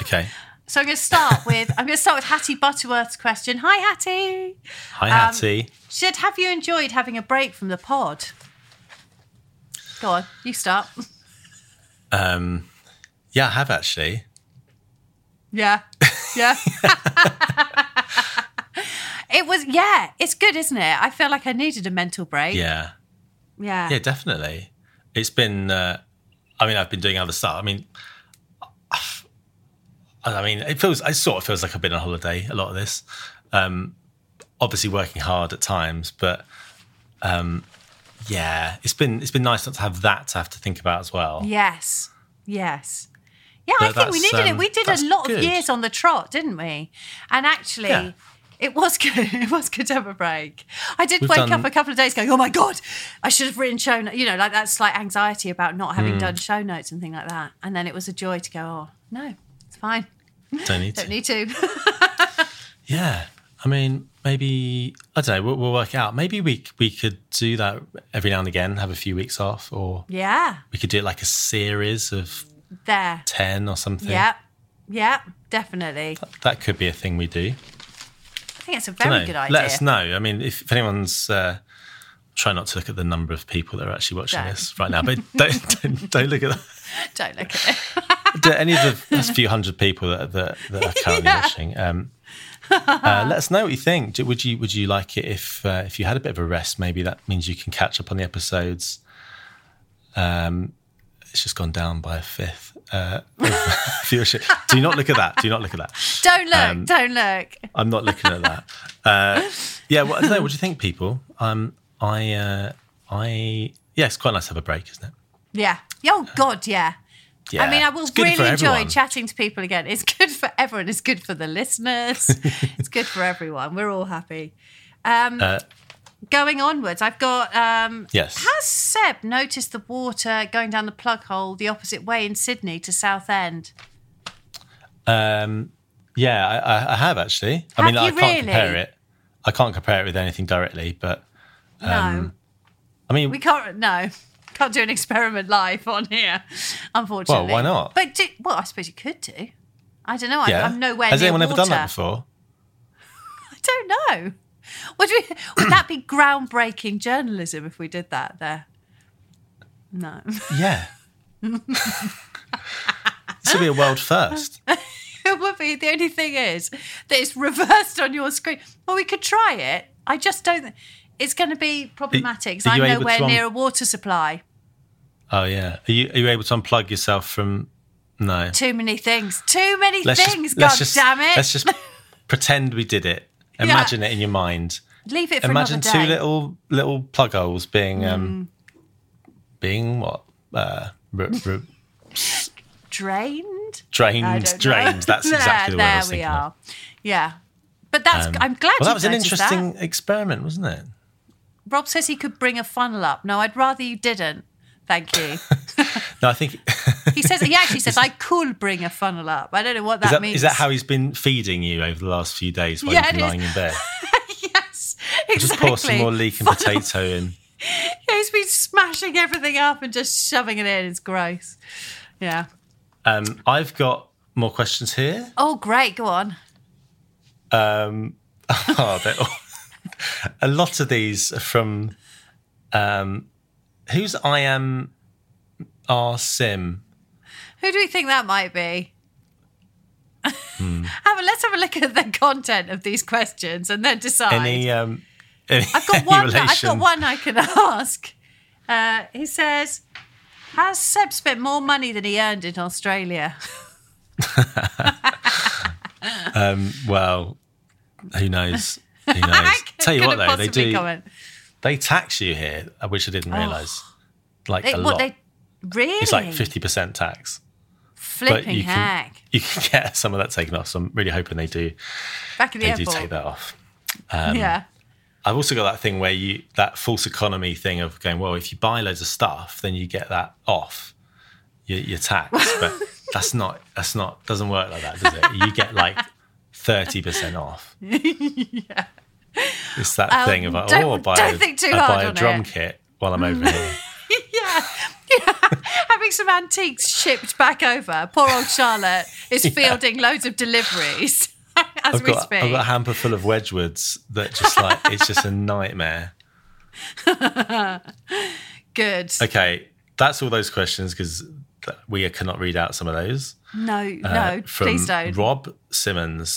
Speaker 1: Okay.
Speaker 2: So I'm gonna start with I'm gonna start with Hattie Butterworth's question. Hi Hattie.
Speaker 1: Hi,
Speaker 2: um,
Speaker 1: Hattie.
Speaker 2: Should have you enjoyed having a break from the pod? Go on, you start.
Speaker 1: Um, Yeah, I have actually.
Speaker 2: Yeah. Yeah. it was yeah, it's good, isn't it? I feel like I needed a mental break.
Speaker 1: Yeah.
Speaker 2: Yeah.
Speaker 1: Yeah, definitely. It's been. Uh, I mean, I've been doing other stuff. I mean, I mean, it feels. It sort of feels like I've been on holiday. A lot of this, um, obviously working hard at times, but um, yeah, it's been it's been nice not to have that to have to think about as well.
Speaker 2: Yes. Yes. Yeah, I
Speaker 1: But
Speaker 2: think we
Speaker 1: that's,
Speaker 2: needed it.
Speaker 1: um,
Speaker 2: We did
Speaker 1: that's
Speaker 2: a lot of
Speaker 1: good.
Speaker 2: years on the trot, didn't we? And actually,
Speaker 1: Yeah.
Speaker 2: it was good. It was good to have a break. I did
Speaker 1: We've
Speaker 2: wake up
Speaker 1: done-
Speaker 2: a couple of days going, "Oh my god, I should have written show." no-" You know, like that slight anxiety about not
Speaker 1: Mm.
Speaker 2: having done show notes and thing like that. And then it was a joy to go, "Oh no, it's fine.
Speaker 1: Don't need
Speaker 2: Don't
Speaker 1: to.
Speaker 2: need to."
Speaker 1: Yeah. I mean, maybe I don't know. We'll, we'll work it out. Maybe we we could do that every now and again. Have a few weeks off, or
Speaker 2: yeah,
Speaker 1: we could do it like a series of
Speaker 2: there.
Speaker 1: ten or something.
Speaker 2: Yep, yep, definitely.
Speaker 1: That could be a thing we do.
Speaker 2: I think it's a
Speaker 1: Dunno.
Speaker 2: very good idea.
Speaker 1: Let us know. I mean, if, if anyone's uh, try not to look at the number of people that are actually watching
Speaker 2: Don't.
Speaker 1: this right now, but don't don't, don't look at that.
Speaker 2: Don't look at it.
Speaker 1: Do any of the those few hundred people that that, that are currently watching. Um, uh, let us know what you think. Do- Would you would you like it if uh, if you had a bit of a rest? Maybe that means you can catch up on the episodes. Um, it's just gone down by a fifth. Uh, of viewership. Do not look at that. Do not look at that.
Speaker 2: Don't look.
Speaker 1: Um,
Speaker 2: don't look.
Speaker 1: I'm not looking at that. Uh, yeah, well, I don't know. What do you think, people? Um, I, uh, I, yeah, it's quite nice to have a break, isn't it?
Speaker 2: Yeah. Oh God, yeah.
Speaker 1: uh, Yeah,
Speaker 2: I mean, I will
Speaker 1: it's good for
Speaker 2: really enjoy
Speaker 1: everyone.
Speaker 2: chatting to people again. It's good for everyone. It's good for the listeners. it's good for everyone. We're all happy. Um,
Speaker 1: Uh,
Speaker 2: going onwards, I've got. Um,
Speaker 1: Yes.
Speaker 2: Has Seb noticed the water going down the plug hole the opposite way in Sydney to Southend?
Speaker 1: Um, yeah, I, I- I have actually. I
Speaker 2: Have
Speaker 1: mean,
Speaker 2: you
Speaker 1: I can't
Speaker 2: really?
Speaker 1: compare it. I can't compare it with anything directly, but um,
Speaker 2: No,
Speaker 1: I mean,
Speaker 2: we can't. No, can't do an experiment live on here, unfortunately.
Speaker 1: Well, why not?
Speaker 2: But do, well, I suppose you could do. I don't know. I,
Speaker 1: yeah.
Speaker 2: I'm nowhere
Speaker 1: Has
Speaker 2: near
Speaker 1: anyone ever done
Speaker 2: water.
Speaker 1: that before?
Speaker 2: don't know. Would we? Would that be groundbreaking journalism if we did that? There. No.
Speaker 1: Yeah. this would be a world first.
Speaker 2: it would be. The only thing is that it's reversed on your screen. Well, we could try it. I just don't. It's going to be problematic. 'cause
Speaker 1: are
Speaker 2: I'm
Speaker 1: you able
Speaker 2: nowhere
Speaker 1: to un-
Speaker 2: near a water supply.
Speaker 1: Oh yeah. Are you are you able to unplug yourself from? No.
Speaker 2: Too many things. Too many things.
Speaker 1: let's
Speaker 2: God damn it.
Speaker 1: Let's just pretend we did it. Imagine it in your mind.
Speaker 2: Leave it for
Speaker 1: Imagine
Speaker 2: another
Speaker 1: two
Speaker 2: day.
Speaker 1: little little plug holes being um
Speaker 2: Hmm.
Speaker 1: being what uh r- r-
Speaker 2: Drained. I
Speaker 1: drained
Speaker 2: don't know.
Speaker 1: Mm, drained. That's
Speaker 2: There-
Speaker 1: exactly the word I was
Speaker 2: There we
Speaker 1: thinking. Of.
Speaker 2: are.
Speaker 1: Um,
Speaker 2: Yeah. But that's. I'm glad.
Speaker 1: Well, that
Speaker 2: you've
Speaker 1: was an
Speaker 2: noticed that.
Speaker 1: interesting experiment, wasn't it?
Speaker 2: Rob says he could bring a funnel up. No, I'd rather you didn't. Thank you.
Speaker 1: No, I think
Speaker 2: He says he actually says I could bring a funnel up. I don't know what that,
Speaker 1: is that
Speaker 2: means.
Speaker 1: is that how he's been feeding you over the last few days while
Speaker 2: Yeah,
Speaker 1: you've been
Speaker 2: it is.
Speaker 1: lying in bed?
Speaker 2: yes,
Speaker 1: Just
Speaker 2: exactly.
Speaker 1: pour some more leek and
Speaker 2: Funnel-
Speaker 1: potato in.
Speaker 2: He's been smashing everything up and just shoving it in. It's gross. Yeah.
Speaker 1: Um, I've got more questions here.
Speaker 2: Oh, great. Go on.
Speaker 1: Um, oh, they're all- a lot of these are from um, who's I am R Sim.
Speaker 2: Who do we think that might be?
Speaker 1: Hmm.
Speaker 2: have a, let's have a look at the content of these questions and then decide.
Speaker 1: Any, um, any
Speaker 2: I've got
Speaker 1: any
Speaker 2: one. that- I've
Speaker 1: Relation?
Speaker 2: got one I can ask. Uh, he says, "Has Seb spent more money than he earned in Australia?"
Speaker 1: Well, who knows? Who knows? Tell you what,
Speaker 2: Couldn't
Speaker 1: though, they
Speaker 2: possibly
Speaker 1: do.
Speaker 2: comment. Oh.
Speaker 1: They tax you here, uh, which I didn't realise. Like
Speaker 2: They,
Speaker 1: a
Speaker 2: what
Speaker 1: lot.
Speaker 2: they really?
Speaker 1: It's like fifty percent tax, but
Speaker 2: Flipping
Speaker 1: you can
Speaker 2: heck!
Speaker 1: you can get some of that taken off. So I'm really hoping they do.
Speaker 2: Back in the
Speaker 1: They do
Speaker 2: airport.
Speaker 1: take that off.
Speaker 2: yeah.
Speaker 1: I've also got that thing where you that false economy thing of going well if you buy loads of stuff then you get that off your, your tax but that's not that's not doesn't work like that does it you get like 30% off yeah it's that thing of like,
Speaker 2: Um, don't-
Speaker 1: oh I buy,
Speaker 2: don't
Speaker 1: a-
Speaker 2: think too
Speaker 1: I
Speaker 2: hard
Speaker 1: buy a
Speaker 2: on
Speaker 1: drum
Speaker 2: it.
Speaker 1: kit while I'm over here
Speaker 2: yeah. Yeah. Having some antiques shipped back over. Poor old Charlotte is fielding loads of deliveries as
Speaker 1: I've
Speaker 2: we
Speaker 1: got,
Speaker 2: speak.
Speaker 1: I've got a hamper full of Wedgwoods that just like it's just a nightmare
Speaker 2: Good.
Speaker 1: okay that's all those questions because we cannot read out some of those
Speaker 2: No,
Speaker 1: Uh,
Speaker 2: no,
Speaker 1: from
Speaker 2: please don't.
Speaker 1: Rob Simmons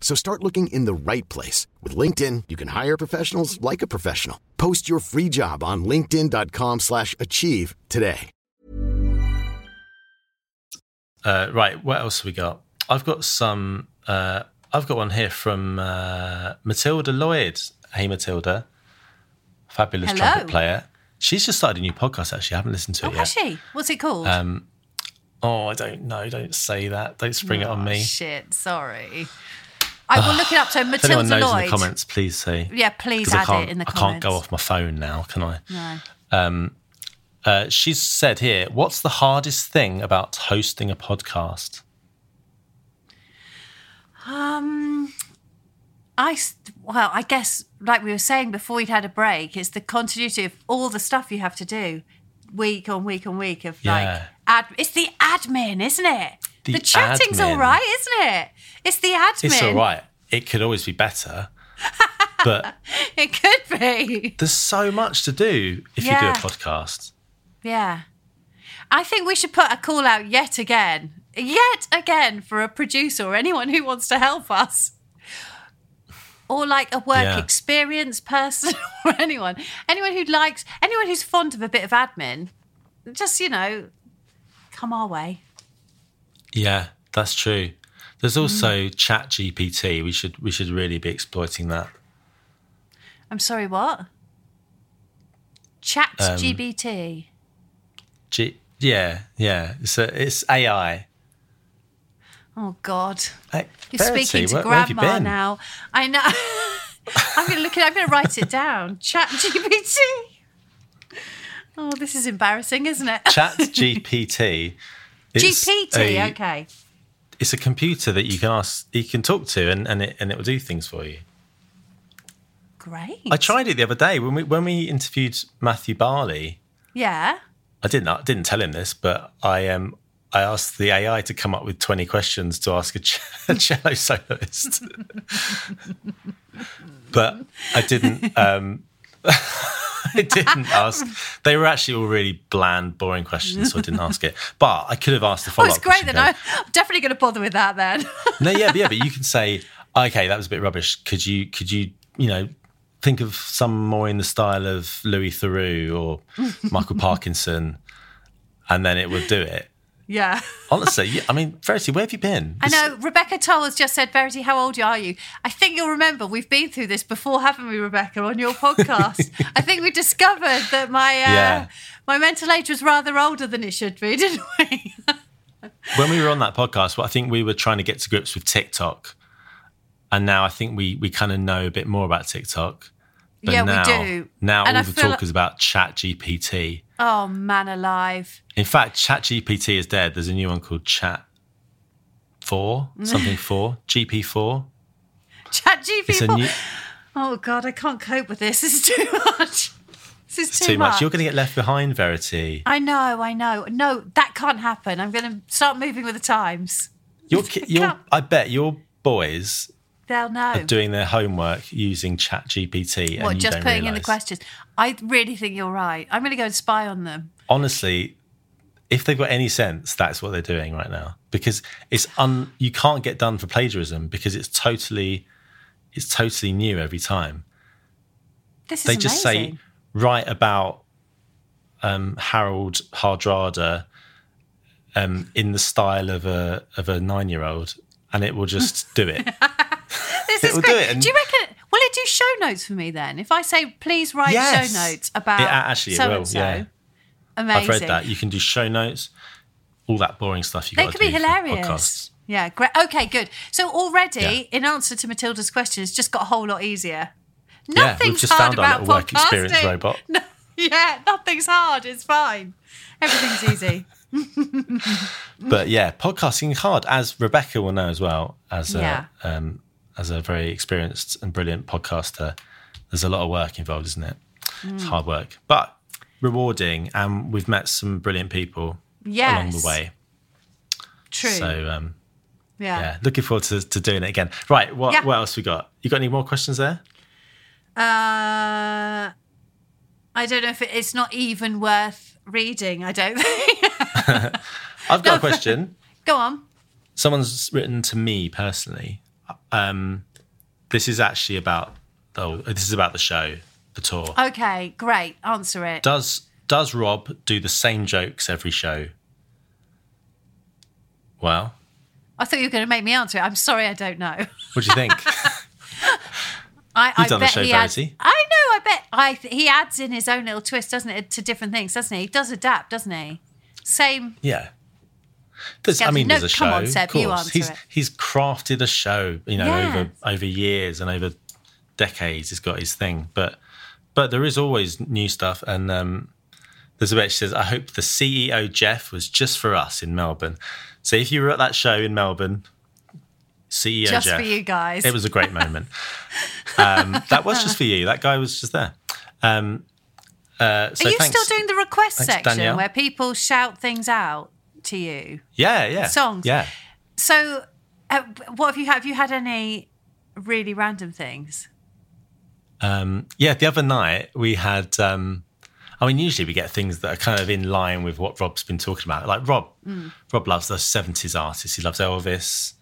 Speaker 3: So start looking in the right place. With LinkedIn, you can hire professionals like a professional. Post your free job on linkedin.com/achieve slash achieve today.
Speaker 1: Uh, right, what else have we got? I've got some. Uh, I've got one here from uh, Matilda Lloyd. Hey, Matilda, fabulous
Speaker 2: Hello.
Speaker 1: trumpet player. She's just started a new podcast. Actually, I haven't listened to it
Speaker 2: Oh,
Speaker 1: yet.
Speaker 2: has she? What's it called?
Speaker 1: Uh, Oh, I don't know. Don't say that. Don't spring it on me.
Speaker 2: Oh, Shit, sorry. I will look it up. So
Speaker 1: If anyone
Speaker 2: Matilda
Speaker 1: knows in
Speaker 2: Lloyd.
Speaker 1: the comments, please say.
Speaker 2: Yeah, please
Speaker 1: 'Cause I
Speaker 2: add
Speaker 1: can't-
Speaker 2: it in the
Speaker 1: I
Speaker 2: comments.
Speaker 1: can't go off my phone now, can I? Um,
Speaker 2: No.
Speaker 1: Uh, she's said here, what's the hardest thing about hosting a podcast?
Speaker 2: I s- well, I guess like we were saying before we'd had a break, it's the continuity of all the stuff you have to do week on week on week of like
Speaker 1: Yeah.
Speaker 2: ad. It's the admin, isn't it?
Speaker 1: The
Speaker 2: chatting's all
Speaker 1: admin.
Speaker 2: right, isn't it? It's the admin.
Speaker 1: It's all right. It could always be better. but
Speaker 2: It could be.
Speaker 1: there's so much to do if you
Speaker 2: Yeah.
Speaker 1: do a podcast.
Speaker 2: Yeah. I think we should put a call out yet again, yet again for a producer or anyone who wants to help us. Or like a work
Speaker 1: Yeah.
Speaker 2: experience person or anyone. Anyone who likes, anyone who's fond of a bit of admin, just, you know, come our way.
Speaker 1: Yeah, that's true. There's
Speaker 2: Mm.
Speaker 1: also Chat GPT. We should we should really be exploiting that.
Speaker 2: I'm sorry, what? Chat GBT.
Speaker 1: G- yeah, yeah. So it's AI.
Speaker 2: Oh, God.
Speaker 1: Hey,
Speaker 2: You're
Speaker 1: Verity,
Speaker 2: speaking to
Speaker 1: where- where have you
Speaker 2: grandma
Speaker 1: been?
Speaker 2: now. I know. I'm going to look it. I'm going to write it down. Chat GPT. Oh, this is embarrassing, isn't it?
Speaker 1: Chat GPT. is
Speaker 2: GPT.
Speaker 1: a-
Speaker 2: okay.
Speaker 1: It's a computer that you can ask, you can talk to, and, and it and it will do things for you.
Speaker 2: Great.
Speaker 1: I tried it the other day when we when we interviewed Matthew Barley.
Speaker 2: Yeah.
Speaker 1: I didn't I didn't tell him this, but I um I asked the AI to come up with twenty questions to ask a, ch- a cello soloist, but I didn't. Um, I didn't ask. They were actually all really bland, boring questions, so I didn't ask it. But I could have asked the
Speaker 2: Well,
Speaker 1: follow-up.
Speaker 2: it's great
Speaker 1: question,
Speaker 2: that
Speaker 1: going,
Speaker 2: I'm definitely going to bother with that then.
Speaker 1: no, yeah, but yeah, but you can say, okay, that was a bit rubbish. Could you, could you, you know, think of some more in the style of Louis Theroux or Michael Parkinson, and then it will do it.
Speaker 2: yeah.
Speaker 1: Honestly, yeah, I mean, Verity, where have you been?
Speaker 2: I know Rebecca Toll has just said, Verity, how old are you? I think you'll remember we've been through this before, haven't we, Rebecca, on your podcast? I think we discovered that my uh,
Speaker 1: Yeah.
Speaker 2: my mental age was rather older than it should be, didn't we?
Speaker 1: When we were on that podcast, well, I think we were trying to get to grips with TikTok, and now I think we we kind of know a bit more about TikTok. But
Speaker 2: Yeah, we
Speaker 1: now,
Speaker 2: do.
Speaker 1: Now
Speaker 2: And
Speaker 1: all
Speaker 2: I
Speaker 1: the
Speaker 2: feel
Speaker 1: talk is about Chat GPT.
Speaker 2: Oh man alive.
Speaker 1: In fact, ChatGPT is dead. There's a new one called Chat Four, something Four, GP Four.
Speaker 2: Chat
Speaker 1: It's a
Speaker 2: GPT.
Speaker 1: new.
Speaker 2: Oh god, I can't cope with this. This is too much. This is
Speaker 1: It's too much. You're going to get left behind, Verity.
Speaker 2: I know, I know. No, that can't happen. I'm going to start moving with the times.
Speaker 1: Your, ki- your,
Speaker 2: can't-
Speaker 1: I bet your boys
Speaker 2: They'll know.
Speaker 1: are doing their homework using ChatGPT.
Speaker 2: what,
Speaker 1: and you
Speaker 2: just
Speaker 1: don't
Speaker 2: putting in the
Speaker 1: realise.
Speaker 2: questions. I really think you're right. I'm going to go and spy on them.
Speaker 1: Honestly, if they've got any sense, that's what they're doing right now because it's un. You can't get done for plagiarism because it's totally, it's totally new every time.
Speaker 2: This is
Speaker 1: they just
Speaker 2: amazing.
Speaker 1: say write about um, Harold Hardrada um, in the style of a of a nine year old, and it will just do it.
Speaker 2: This
Speaker 1: It
Speaker 2: is
Speaker 1: will
Speaker 2: great.
Speaker 1: do it and-
Speaker 2: you reckon? Will it do show notes for me then? If I say, please write
Speaker 1: Yes.
Speaker 2: show notes about
Speaker 1: It- actually, it
Speaker 2: so
Speaker 1: will,
Speaker 2: and so.
Speaker 1: yeah.
Speaker 2: Amazing.
Speaker 1: I've read that. You can do show notes, all that boring stuff. You
Speaker 2: They
Speaker 1: got
Speaker 2: could
Speaker 1: to
Speaker 2: be
Speaker 1: do for
Speaker 2: hilarious.
Speaker 1: podcasts.
Speaker 2: Yeah, great. Okay, good. So already, in answer to Matilda's question, it's just got a whole lot easier.
Speaker 1: Yeah,
Speaker 2: Nothing's
Speaker 1: we've just
Speaker 2: hard
Speaker 1: found our
Speaker 2: about
Speaker 1: little work experience
Speaker 2: podcasting.
Speaker 1: robot.
Speaker 2: No, yeah, nothing's hard. It's fine. Everything's easy.
Speaker 1: But yeah, podcasting is hard, as Rebecca will know as well as uh,
Speaker 2: Yeah.
Speaker 1: um, as a very experienced and brilliant podcaster, there's a lot of work involved, isn't it? It's
Speaker 2: Mm.
Speaker 1: hard work, but rewarding. And we've met some brilliant people along
Speaker 2: Yes.
Speaker 1: the way.
Speaker 2: True.
Speaker 1: So, um,
Speaker 2: yeah.
Speaker 1: yeah, looking forward to, to doing it again. Right. What,
Speaker 2: Yeah.
Speaker 1: what else we got? You got any more questions there?
Speaker 2: Uh, I don't know if it, it's not even worth reading. I don't think.
Speaker 1: I've got a question.
Speaker 2: Go on.
Speaker 1: someone's written to me personally. Um, this is actually about the this is about the show, the tour.
Speaker 2: Okay, great. Answer it.
Speaker 1: Does does Rob do the same jokes every show? Well,
Speaker 2: I thought you were going to make me answer it. I'm sorry, I don't know.
Speaker 1: what do you think?
Speaker 2: I, I
Speaker 1: done the
Speaker 2: bet
Speaker 1: show,
Speaker 2: he adds,
Speaker 1: Verity.
Speaker 2: I know. I bet I th- he adds in his own little twist, doesn't it, to different things, doesn't he? He does adapt, doesn't he? Same.
Speaker 1: yeah. There's, I
Speaker 2: Scabs-
Speaker 1: mean,
Speaker 2: no,
Speaker 1: there's a show.
Speaker 2: come on,
Speaker 1: of
Speaker 2: Seb, you
Speaker 1: course.
Speaker 2: answer
Speaker 1: he's
Speaker 2: it.
Speaker 1: he's crafted a show, you know,
Speaker 2: Yes.
Speaker 1: over over years and over decades. He's got his thing, but but there is always new stuff. And um, there's a bit she says, "I hope the CEO Jeff was just for us in Melbourne." So if you were at that show in Melbourne, CEO
Speaker 2: Just
Speaker 1: Jeff,
Speaker 2: for you guys.
Speaker 1: it was a great moment. um, that was just for you. That guy was just there. Um, uh, so
Speaker 2: Are you
Speaker 1: thanks-
Speaker 2: still doing the request
Speaker 1: thanks,
Speaker 2: section
Speaker 1: Danielle.
Speaker 2: where people shout things out to you?
Speaker 1: yeah, yeah,
Speaker 2: songs?
Speaker 1: Yeah.
Speaker 2: So, uh, what have you have you had any really random things?
Speaker 1: Um, yeah, the other night we had. Um, I mean, usually we get things that are kind of in line with what Rob's been talking about. Like Rob, Rob loves the seventies artists. He loves Elvis,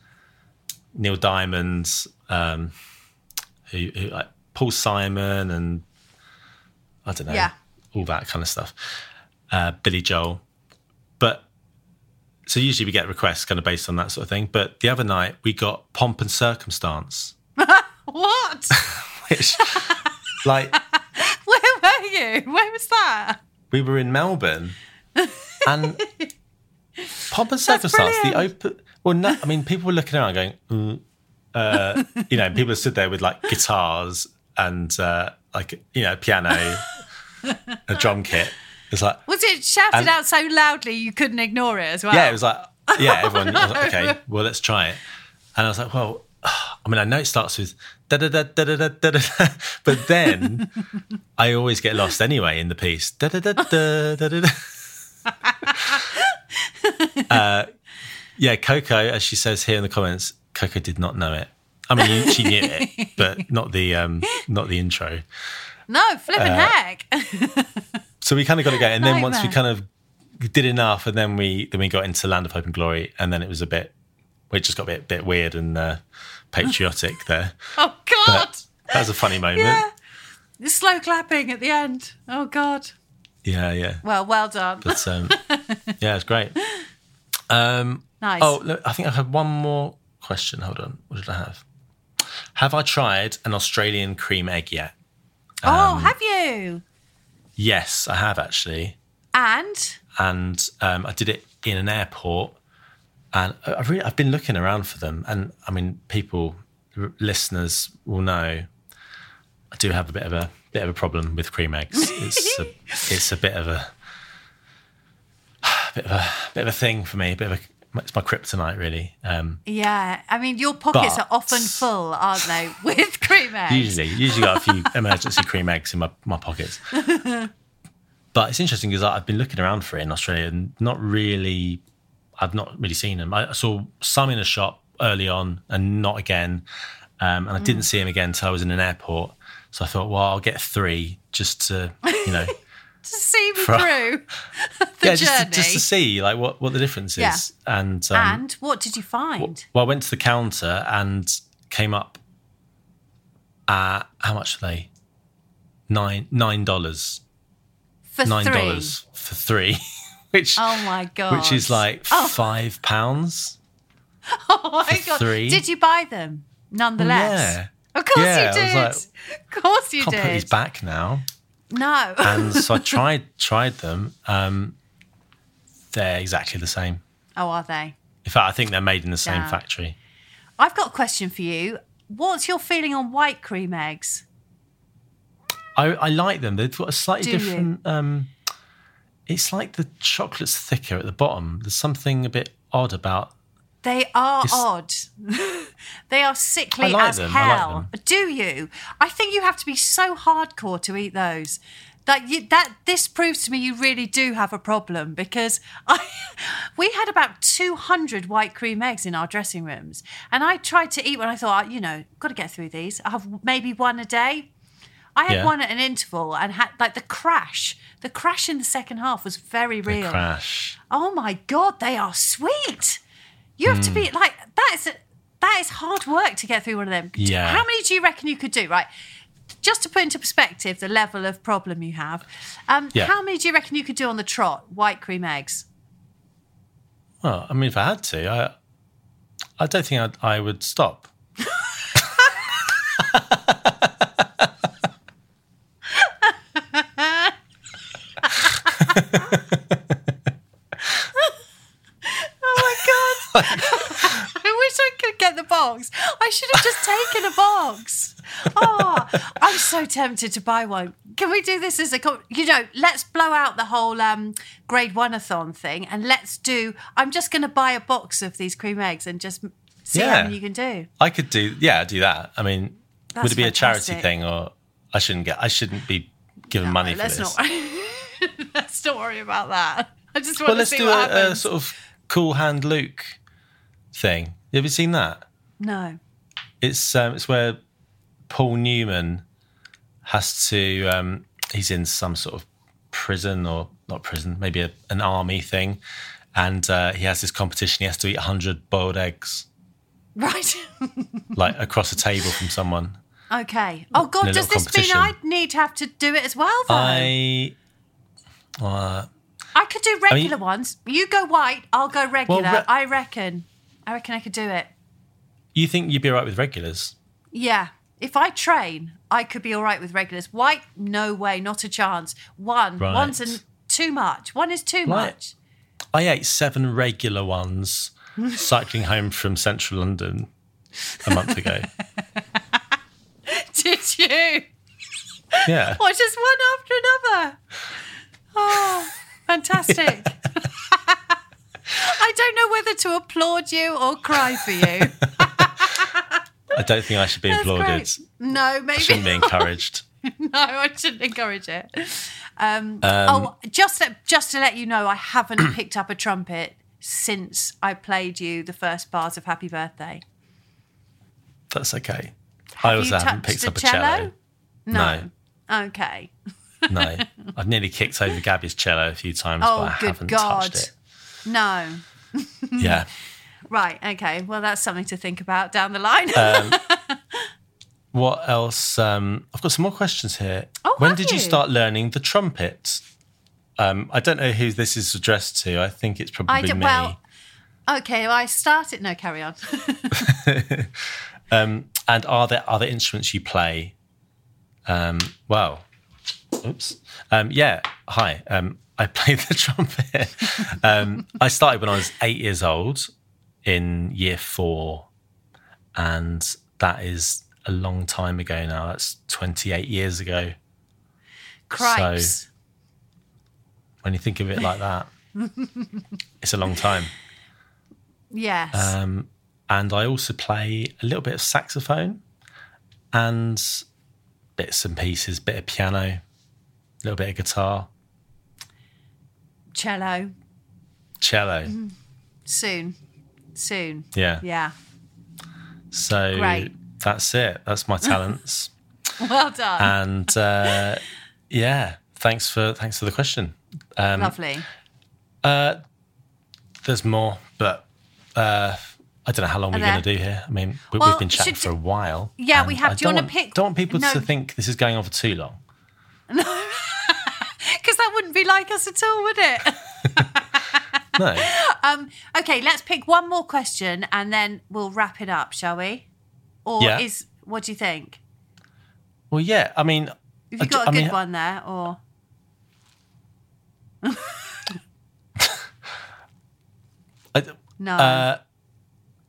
Speaker 1: Neil Diamond, um, who, who like Paul Simon, and I don't know,
Speaker 2: Yeah.
Speaker 1: all that kind of stuff. Uh, Billy Joel, but so usually we get requests kind of based on that sort of thing. But the other night we got Pomp and Circumstance,
Speaker 2: What?
Speaker 1: which like.
Speaker 2: Where were you? Where was that?
Speaker 1: we were in Melbourne, and pomp and circumstance. The open. Well, no, I mean, people were looking around, going, mm, uh, you know, people stood there with like guitars and uh, like you know, piano, a drum kit. It's like,
Speaker 2: Was it shouted
Speaker 1: And-
Speaker 2: out so loudly you couldn't ignore it as well?
Speaker 1: yeah, it was like, yeah, everyone. I was like, okay, well, let's try it. And I was like, well, I mean, I know it starts with da da da da da da da, da, but then I always get lost anyway in the piece. Da da da da da da. da. Uh, yeah, Coco, as she says here in the comments, Coco did not know it. I mean, she knew it, but not the um, not the intro.
Speaker 2: no, flipping
Speaker 1: uh,
Speaker 2: heck. Oh,
Speaker 1: So we kind of got to go, and then once we
Speaker 2: Nightmare.
Speaker 1: kind of did enough, and then we then we got into Land of Hope and Glory, and then it was a bit, we just got a bit bit weird and uh, patriotic there.
Speaker 2: oh God!
Speaker 1: That was a funny moment.
Speaker 2: Yeah. The slow clapping at the end. Oh God!
Speaker 1: yeah. yeah.
Speaker 2: Well, well done.
Speaker 1: But um, yeah, it's great. Um,
Speaker 2: Nice.
Speaker 1: Oh, look, I think I have one more question. Hold on. What did I have? Have I tried an Australian cream egg yet? um,
Speaker 2: oh, have you?
Speaker 1: Yes, I have actually.
Speaker 2: And
Speaker 1: And um, I did it in an airport. And I- I've, really, I've been looking around for them. And I mean, people, r- listeners will know I do have a bit of a bit of a problem with cream eggs. It's a, it's a bit of a bit of a bit of a thing for me. A bit of a, it's my kryptonite, really. Um,
Speaker 2: yeah, I mean, your pockets
Speaker 1: But-
Speaker 2: are often full, aren't they, with cream eggs?
Speaker 1: Usually, usually got a few emergency cream eggs in my, my pockets. but it's interesting because I've been looking around for it in Australia and not really, I've not really seen them. I saw some in a shop early on and not again. Um, and I
Speaker 2: Mm.
Speaker 1: didn't see them again until I was in an airport. So I thought, well, I'll get three just to, you know,
Speaker 2: to see me
Speaker 1: Fra-
Speaker 2: through the
Speaker 1: yeah,
Speaker 2: journey.
Speaker 1: just to, just to see like what, what the difference
Speaker 2: Yeah.
Speaker 1: is. And, um,
Speaker 2: and what did you find?
Speaker 1: Well, I went to the counter and came up at how much were they? Nine nine dollars.
Speaker 2: For
Speaker 1: Nine
Speaker 2: three.
Speaker 1: dollars for three. Which
Speaker 2: Oh my god!
Speaker 1: which is like five pounds.
Speaker 2: oh my god!
Speaker 1: three.
Speaker 2: Did you buy them nonetheless?
Speaker 1: Yeah.
Speaker 2: Of course
Speaker 1: Yeah,
Speaker 2: you
Speaker 1: I was
Speaker 2: did.
Speaker 1: like,
Speaker 2: of course you
Speaker 1: Can't put these
Speaker 2: did.
Speaker 1: back now.
Speaker 2: No.
Speaker 1: And so I tried tried them. Um, they're exactly the same.
Speaker 2: oh, are they?
Speaker 1: In fact, I think they're made in the same
Speaker 2: Yeah.
Speaker 1: factory.
Speaker 2: I've got a question for you. What's your feeling on white cream eggs?
Speaker 1: I, I like them. They've got a slightly
Speaker 2: Do you?
Speaker 1: different. Um, it's like the chocolate's thicker at the bottom. There's something a bit odd about
Speaker 2: They are
Speaker 1: It's-
Speaker 2: odd. they are sickly
Speaker 1: I like
Speaker 2: as
Speaker 1: them, I like
Speaker 2: hell.
Speaker 1: them.
Speaker 2: Do you? I think you have to be so hardcore to eat those. That you, that this proves to me you really do have a problem because I we had about 200 white cream eggs in our dressing rooms and I tried to eat when I thought you know got to get through these I have maybe one a day I had
Speaker 1: Yeah.
Speaker 2: one at an interval and had like the crash the crash in the second half was very real
Speaker 1: Crash.
Speaker 2: Oh my god, they are sweet. You have to
Speaker 1: Hmm.
Speaker 2: be like that is that is hard work to get through one of them.
Speaker 1: Yeah.
Speaker 2: How many do you reckon you could do? Right. Just to put into perspective the level of problem you have. Um,
Speaker 1: Yeah.
Speaker 2: How many do you reckon you could do on the trot? White cream eggs.
Speaker 1: Well, I mean, if I had to, I, I don't think I'd, I would stop.
Speaker 2: Oh my god! I wish I could get the box. I should have just taken a box. Oh, I'm so tempted to buy one. Can we do this as a, co- you know, let's blow out the whole um, grade one a thon thing and let's do. I'm just going to buy a box of these cream eggs and just see
Speaker 1: Yeah.
Speaker 2: how many you can do.
Speaker 1: I could do, yeah, do that. I mean,
Speaker 2: That's
Speaker 1: would it be a
Speaker 2: fantastic.
Speaker 1: charity thing, or I shouldn't get, I shouldn't be given money for
Speaker 2: let's
Speaker 1: this?
Speaker 2: not. let's not worry about that. I just want
Speaker 1: well,
Speaker 2: to
Speaker 1: let's
Speaker 2: see
Speaker 1: do
Speaker 2: what
Speaker 1: a, uh, a
Speaker 2: happens.
Speaker 1: sort of cool hand Luke thing. Have you seen that?
Speaker 2: no.
Speaker 1: it's um, it's where Paul Newman has to um, he's in some sort of prison or not prison, maybe a, an army thing, and uh, he has this competition. He has to eat hundred boiled eggs
Speaker 2: Right.
Speaker 1: like across a table from someone.
Speaker 2: okay. Oh
Speaker 1: In a
Speaker 2: God, does
Speaker 1: little
Speaker 2: this mean
Speaker 1: competition.
Speaker 2: I'd need to have to do it as well? Though?
Speaker 1: I uh,
Speaker 2: I could do
Speaker 1: mean-
Speaker 2: regular ones. You go white, I'll go regular.
Speaker 1: re-
Speaker 2: I reckon. I reckon I could do it.
Speaker 1: you think you'd be all right with regulars?
Speaker 2: Yeah. If I train, I could be all right with regulars. White, no way, not a chance. One,
Speaker 1: Right.
Speaker 2: one's an, too much. One is too
Speaker 1: Right.
Speaker 2: much.
Speaker 1: I ate seven regular ones cycling home from central London a month ago.
Speaker 2: Did you?
Speaker 1: Yeah.
Speaker 2: Or just one after another? Oh, fantastic. I don't know whether to applaud you or cry for you.
Speaker 1: I don't think I should be
Speaker 2: That's
Speaker 1: applauded.
Speaker 2: great. No, maybe
Speaker 1: Shouldn't be encouraged.
Speaker 2: no, I shouldn't encourage it. Um, oh, just to, just to let you know, I haven't picked up a trumpet since I played you the first bars of Happy Birthday.
Speaker 1: That's okay. I
Speaker 2: Have
Speaker 1: also
Speaker 2: you
Speaker 1: haven't
Speaker 2: touched
Speaker 1: picked
Speaker 2: a
Speaker 1: up a
Speaker 2: cello?
Speaker 1: cello. No.
Speaker 2: Okay.
Speaker 1: No, I've nearly kicked over Gabby's cello a few times,
Speaker 2: Oh,
Speaker 1: but I
Speaker 2: good
Speaker 1: haven't
Speaker 2: God.
Speaker 1: touched it.
Speaker 2: No.
Speaker 1: Yeah.
Speaker 2: Right. Okay. Well, that's something to think about down the line.
Speaker 1: Uh, What else? Um, I've got some more questions here.
Speaker 2: Oh,
Speaker 1: when
Speaker 2: have
Speaker 1: did you
Speaker 2: you?
Speaker 1: start learning the trumpet? Um, I don't know who this is addressed to. I think it's probably
Speaker 2: I d-
Speaker 1: me.
Speaker 2: well, okay. Well, I started. No, carry on.
Speaker 1: and are there other instruments you play? Um, well, oops. Um, yeah. Hi. Um, I play the trumpet. um, I started when I was eight years old in year four, and that is a long time ago now. That's 28 years ago
Speaker 2: Cripes.
Speaker 1: when you think of it like that. it's a long time.
Speaker 2: yes.
Speaker 1: Um, and I also play a little bit of saxophone and bits and pieces, bit of piano, a little bit of guitar,
Speaker 2: Cello.
Speaker 1: cello.
Speaker 2: Soon. Soon.
Speaker 1: Yeah.
Speaker 2: Mm-hmm. Yeah.
Speaker 1: So
Speaker 2: Great.
Speaker 1: that's it. That's my talents.
Speaker 2: Well done.
Speaker 1: and uh, yeah, thanks for thanks for the question. um,
Speaker 2: Lovely.
Speaker 1: There's more, but uh, I don't know how long we're
Speaker 2: there-
Speaker 1: going to do here. I mean, we,
Speaker 2: Well,
Speaker 1: we've been chatting
Speaker 2: should-
Speaker 1: for a while.
Speaker 2: Yeah, we
Speaker 1: and
Speaker 2: have.
Speaker 1: I
Speaker 2: Do you
Speaker 1: don't
Speaker 2: wanna pick-
Speaker 1: Don't want people
Speaker 2: No.
Speaker 1: to think this is going on for too long.
Speaker 2: Because that wouldn't be like us at all, would it?
Speaker 1: No.
Speaker 2: Okay, let's pick one more question and then we'll wrap it up, shall we? Or
Speaker 1: Yeah.
Speaker 2: is what do you think?
Speaker 1: well, yeah. I mean,
Speaker 2: Have
Speaker 1: I
Speaker 2: you
Speaker 1: d-
Speaker 2: got a
Speaker 1: Uh, I
Speaker 2: good
Speaker 1: mean,
Speaker 2: one there? Or
Speaker 1: I-
Speaker 2: no?
Speaker 1: Uh,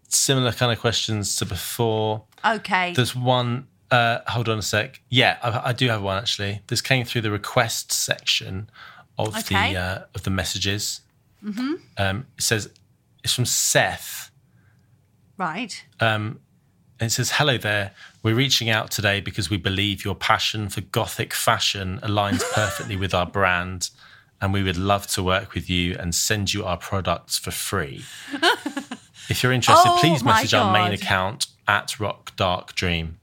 Speaker 1: similar kind of questions to before.
Speaker 2: okay.
Speaker 1: There's one. Uh, hold on a sec. Yeah, I, I do have one actually. This came through the request section of
Speaker 2: Okay.
Speaker 1: the uh, of the messages. Mm-hmm. Um, it says it's from Seth,
Speaker 2: Right.
Speaker 1: Uh, And it says, Hello there. We're reaching out today because we believe your passion for Gothic fashion aligns perfectly with our brand. And we would love to work with you and send you our products for free. if you're interested,
Speaker 2: Oh
Speaker 1: please
Speaker 2: my
Speaker 1: message our main
Speaker 2: God.
Speaker 1: account at Rock Dark Dream.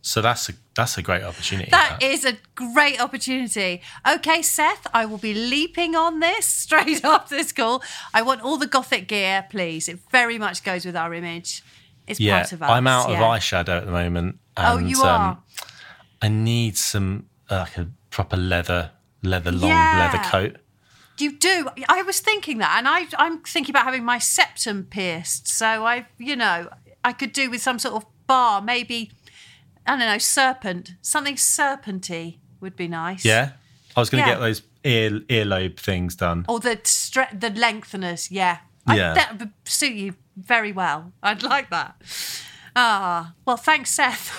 Speaker 1: so that's a that's a great opportunity.
Speaker 2: That is a great opportunity. Okay, Seth, I will be leaping on this straight after this call. I want all the gothic gear, please. It very much goes with our image. It's
Speaker 1: yeah,
Speaker 2: part of us.
Speaker 1: I'm out
Speaker 2: yeah.
Speaker 1: of eyeshadow at the moment.
Speaker 2: Oh,
Speaker 1: And,
Speaker 2: you are.
Speaker 1: Um, I need some uh, like a proper leather leather long
Speaker 2: Yeah.
Speaker 1: leather coat.
Speaker 2: You do. I was thinking that, and I, I'm thinking about having my septum pierced. So I, you know, I could do with some sort of bar, maybe I don't know, serpent, something serpenty would be nice.
Speaker 1: Yeah, I was going to
Speaker 2: Yeah.
Speaker 1: get those ear earlobe things done.
Speaker 2: Or the stre- the lengtheners. Yeah. I-
Speaker 1: Yeah.
Speaker 2: that would suit you very well. I'd like that. Ah, well, thanks, Seth.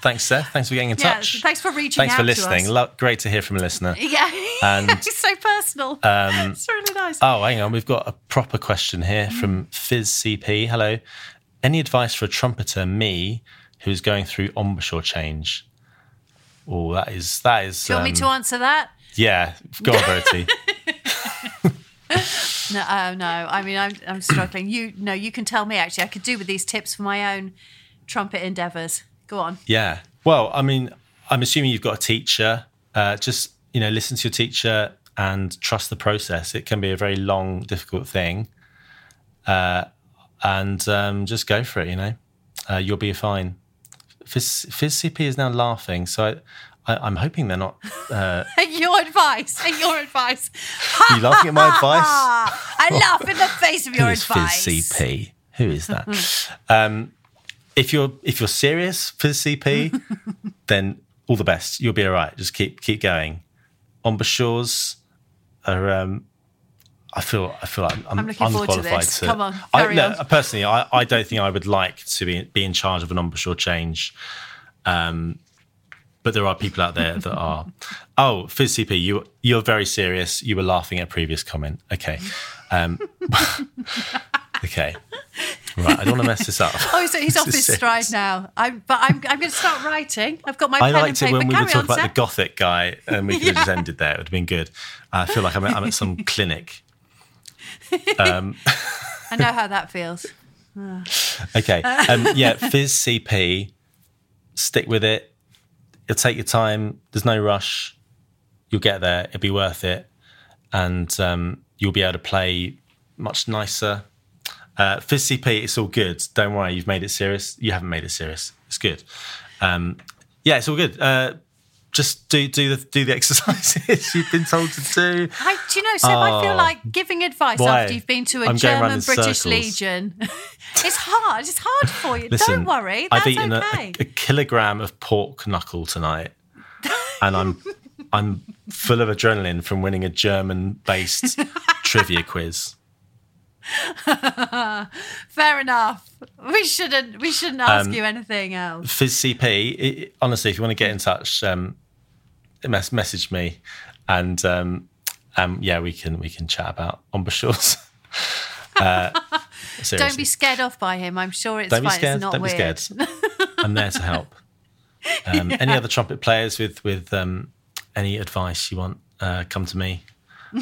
Speaker 1: Thanks, Seth. Thanks for getting in
Speaker 2: Yeah,
Speaker 1: touch.
Speaker 2: thanks for reaching
Speaker 1: Thanks for
Speaker 2: out to
Speaker 1: listening.
Speaker 2: us.
Speaker 1: Lo- great to hear from a listener.
Speaker 2: yeah,
Speaker 1: And-
Speaker 2: it's so personal. it's really nice.
Speaker 1: Oh, hang on. We've got a proper question here
Speaker 2: Mm-hmm.
Speaker 1: from Fizz CP. Hello. Any advice for a trumpeter, me, who's going through embouchure change? Oh, that is that is.
Speaker 2: do you want me to
Speaker 1: um,
Speaker 2: answer that?
Speaker 1: Yeah, go on, Verity.
Speaker 2: No, oh, no. I mean, I'm, I'm struggling. You no, you can tell me. Actually, I could do with these tips for my own trumpet endeavours. Go on.
Speaker 1: Yeah. Well, I mean, I'm assuming you've got a teacher. Uh, just you know, listen to your teacher and trust the process. It can be a very long, difficult thing, uh, and um, just go for it. You know, uh, you'll be fine. Fizz, Fizz CP is now laughing, so I, I, I'm hoping they're not.
Speaker 2: your advice. And your advice.
Speaker 1: Are you laughing at my advice?
Speaker 2: I laugh in the face of your
Speaker 1: Who is
Speaker 2: advice.
Speaker 1: Fizz CP? Who is that? um, if you're if you're serious, Fizz CP, then all the best. You'll be all right. Just keep keep going. Embouchures are. Um, I feel I feel like I'm,
Speaker 2: I'm looking forward to
Speaker 1: unqualified
Speaker 2: this. Come on,
Speaker 1: I,
Speaker 2: carry
Speaker 1: no, uh,
Speaker 2: on.
Speaker 1: personally, I, I don't think I would like to be be in charge of an embouchure change. Um, but there are people out there that are. Oh, Fizz CP, you you're very serious. You were laughing at a previous comment. Okay. Um, okay. Right. I don't want to mess this up.
Speaker 2: Oh, so he's
Speaker 1: This
Speaker 2: off
Speaker 1: is
Speaker 2: his
Speaker 1: serious.
Speaker 2: stride now. I'm, but I'm, I'm going to start writing. I've got my
Speaker 1: I
Speaker 2: pen
Speaker 1: liked
Speaker 2: and
Speaker 1: it
Speaker 2: paper.
Speaker 1: when we were
Speaker 2: Carry
Speaker 1: talking
Speaker 2: on,
Speaker 1: about the
Speaker 2: Seth.
Speaker 1: gothic guy, and we could have just ended there. It would have been good. I feel like I'm at, I'm at some clinic.
Speaker 2: I know how that feels.
Speaker 1: Okay. Um, yeah, Fizz CP, stick with it. You'll take your time. There's no rush. You'll get there. It'll be worth it. And um, you'll be able to play much nicer. Uh, Fizz CP, it's all good. Don't worry. You've made it serious. You haven't made it serious. It's good. Um, yeah, it's all good. Uh, just do do the do the exercises you've been told to do.
Speaker 2: I, do you know, Seb, I feel
Speaker 1: Oh.
Speaker 2: like giving advice
Speaker 1: Why?
Speaker 2: after you've been to a
Speaker 1: I'm going round
Speaker 2: German
Speaker 1: in
Speaker 2: British
Speaker 1: circles.
Speaker 2: Legion. it's hard. It's hard for you.
Speaker 1: Listen,
Speaker 2: Don't worry. That's
Speaker 1: I've eaten a-
Speaker 2: okay.
Speaker 1: a, a kilogram of pork knuckle tonight, and I'm I'm full of adrenaline from winning a German-based trivia quiz.
Speaker 2: Fair enough. We shouldn't. We shouldn't
Speaker 1: Um,
Speaker 2: ask you anything else.
Speaker 1: Fizz CP, i- i- honestly, if you want to get in touch, um, mes- message me, and um, um, yeah, we can we can chat about embouchures. uh,
Speaker 2: Don't be
Speaker 1: seriously.
Speaker 2: scared off by him. I'm sure it's
Speaker 1: Don't be
Speaker 2: fine.
Speaker 1: scared.
Speaker 2: It's not
Speaker 1: Don't
Speaker 2: weird.
Speaker 1: be scared. I'm there to help. Um, Any other trumpet players with with um, any advice you want, uh, come to me,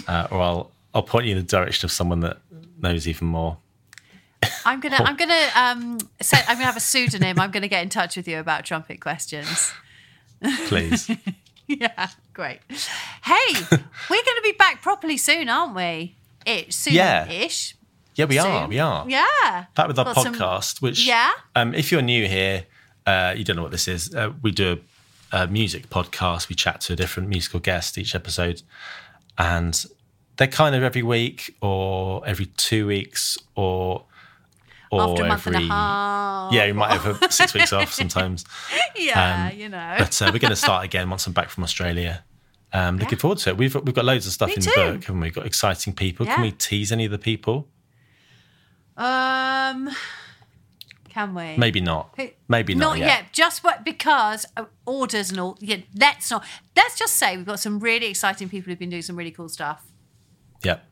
Speaker 1: uh, or I'll I'll point you in the direction of someone that knows even more.
Speaker 2: I'm gonna. I'm gonna. Um, set, I'm gonna have a pseudonym. I'm gonna get in touch with you about trumpet questions.
Speaker 1: Please,
Speaker 2: Yeah, great. Hey, we're gonna be back properly soon, aren't we? It soon
Speaker 1: Yeah.
Speaker 2: ish.
Speaker 1: yeah, we are,
Speaker 2: Soon.
Speaker 1: we are.
Speaker 2: Yeah.
Speaker 1: Back with our
Speaker 2: Got some-
Speaker 1: podcast, which
Speaker 2: Yeah?
Speaker 1: um, if you're new here, uh, you don't know what this is. Uh, we do a, a music podcast. We chat to a different musical guest each episode, and they're kind of every week or every two weeks or or
Speaker 2: After a month
Speaker 1: every
Speaker 2: and a half.
Speaker 1: yeah, you might have a, six weeks off sometimes.
Speaker 2: Yeah, you know.
Speaker 1: But uh, we're going to start again once I'm back from Australia. Um, looking forward to it. We've we've got loads of stuff in
Speaker 2: too.
Speaker 1: the book, haven't we? We've got exciting people. Can
Speaker 2: Yeah.
Speaker 1: we tease any of the people?
Speaker 2: Um, can we?
Speaker 1: Maybe not. Maybe not,
Speaker 2: Not yet. Just what because of orders and all. Yeah, let's not. Let's just say we've got some really exciting people who've been doing some really cool stuff.
Speaker 1: Yep.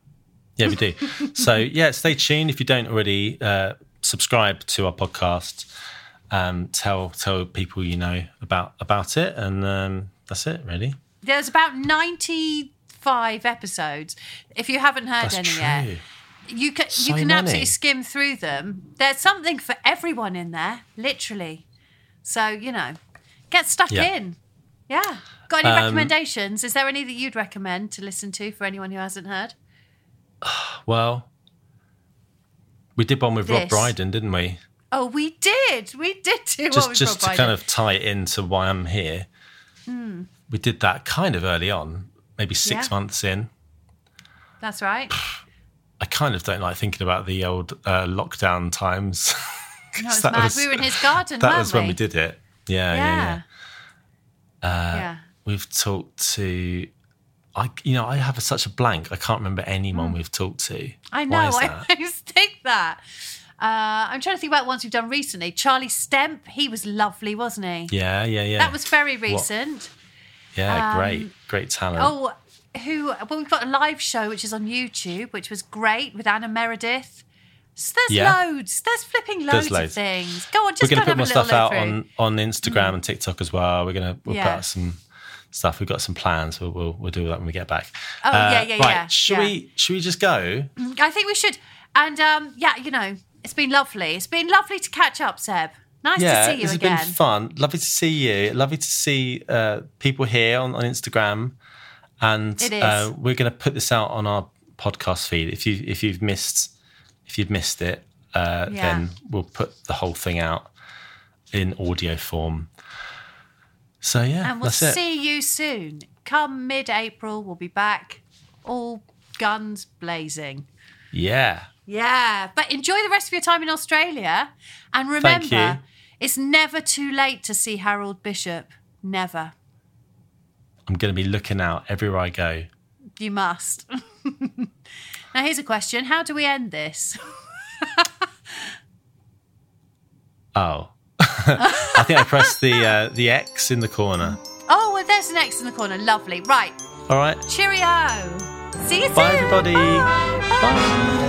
Speaker 1: Yeah, we do. so yeah, stay tuned. If you don't already, uh, subscribe to our podcast. Um, tell tell people you know about about it, and um, that's it really.
Speaker 2: There's about 95 episodes. If you haven't heard
Speaker 1: That's
Speaker 2: any
Speaker 1: true.
Speaker 2: yet, you can
Speaker 1: So
Speaker 2: you can
Speaker 1: many.
Speaker 2: absolutely skim through them. There's something for everyone in there, literally. So you know, get stuck
Speaker 1: Yeah. Um,
Speaker 2: in. Yeah. Got any recommendations? Is there any that you'd recommend to listen to for anyone who hasn't heard?
Speaker 1: Well, we did one with Rob
Speaker 2: This.
Speaker 1: Brydon, didn't we?
Speaker 2: Oh, we did. We did do
Speaker 1: Just
Speaker 2: what we
Speaker 1: just to
Speaker 2: provided.
Speaker 1: kind of tie it into why I'm here. We did that kind of early on, maybe six
Speaker 2: Hmm. Yeah.
Speaker 1: months in.
Speaker 2: That's right.
Speaker 1: I kind of don't like thinking about the old uh, lockdown times.
Speaker 2: No, it's
Speaker 1: that
Speaker 2: mad.
Speaker 1: was-
Speaker 2: we were in his garden,
Speaker 1: that
Speaker 2: weren't
Speaker 1: was when we did it. Yeah, yeah, yeah. Uh,
Speaker 2: Yeah. yeah.
Speaker 1: We've talked to, I you know I have such a blank. I can't remember anyone we've talked to.
Speaker 2: Mm.
Speaker 1: Why
Speaker 2: I know.
Speaker 1: is
Speaker 2: I
Speaker 1: that?
Speaker 2: always think that. Uh, I'm trying to think about ones we've done recently. Charlie Stemp, he was lovely, wasn't he?
Speaker 1: Yeah, yeah, yeah.
Speaker 2: That was very
Speaker 1: What-
Speaker 2: recent. Um,
Speaker 1: Yeah, great, great talent.
Speaker 2: Oh, who? Well, we've got a live show which is on YouTube, which was great with Anna Meredith. So there's
Speaker 1: Yeah.
Speaker 2: loads. There's flipping loads,
Speaker 1: There's
Speaker 2: of
Speaker 1: loads.
Speaker 2: things. Go on,
Speaker 1: we're
Speaker 2: just
Speaker 1: going to
Speaker 2: go
Speaker 1: put
Speaker 2: and
Speaker 1: more
Speaker 2: have a little
Speaker 1: stuff out
Speaker 2: look through.
Speaker 1: on on Instagram and TikTok as well. We're going to we'll put
Speaker 2: Yeah.
Speaker 1: out some stuff. We've got some plans. We'll we'll, we'll do that when we get back. Uh,
Speaker 2: Oh, yeah, yeah,
Speaker 1: right.
Speaker 2: yeah,
Speaker 1: Should
Speaker 2: yeah.
Speaker 1: we should we just go?
Speaker 2: I think we should. And um, yeah, you know, it's been lovely. It's been lovely to catch up, Seb. Nice
Speaker 1: yeah,
Speaker 2: to see you
Speaker 1: this has
Speaker 2: again.
Speaker 1: been fun. Lovely to see you. Lovely to see uh, people here on, on Instagram, and
Speaker 2: It is.
Speaker 1: Uh, we're going to put this out on our podcast feed. If you if you've missed if you've missed it, uh,
Speaker 2: Yeah.
Speaker 1: then we'll put the whole thing out in audio form. So yeah,
Speaker 2: And we'll
Speaker 1: that's it.
Speaker 2: see you soon. Come mid April, we'll be back, all guns blazing.
Speaker 1: Yeah,
Speaker 2: Yeah, but enjoy the rest of your time in Australia. And
Speaker 1: Thank
Speaker 2: remember,
Speaker 1: you.
Speaker 2: it's never too late to see Harold Bishop. Never.
Speaker 1: I'm going to be looking out everywhere I go.
Speaker 2: You must. now, here's a question How do we end this?
Speaker 1: Oh, I think I pressed the uh, the X in the corner.
Speaker 2: Oh, well, there's an X in the corner. Lovely. Right.
Speaker 1: All right,
Speaker 2: Cheerio. See you soon.
Speaker 1: bye everybody.
Speaker 2: Bye.
Speaker 1: Bye.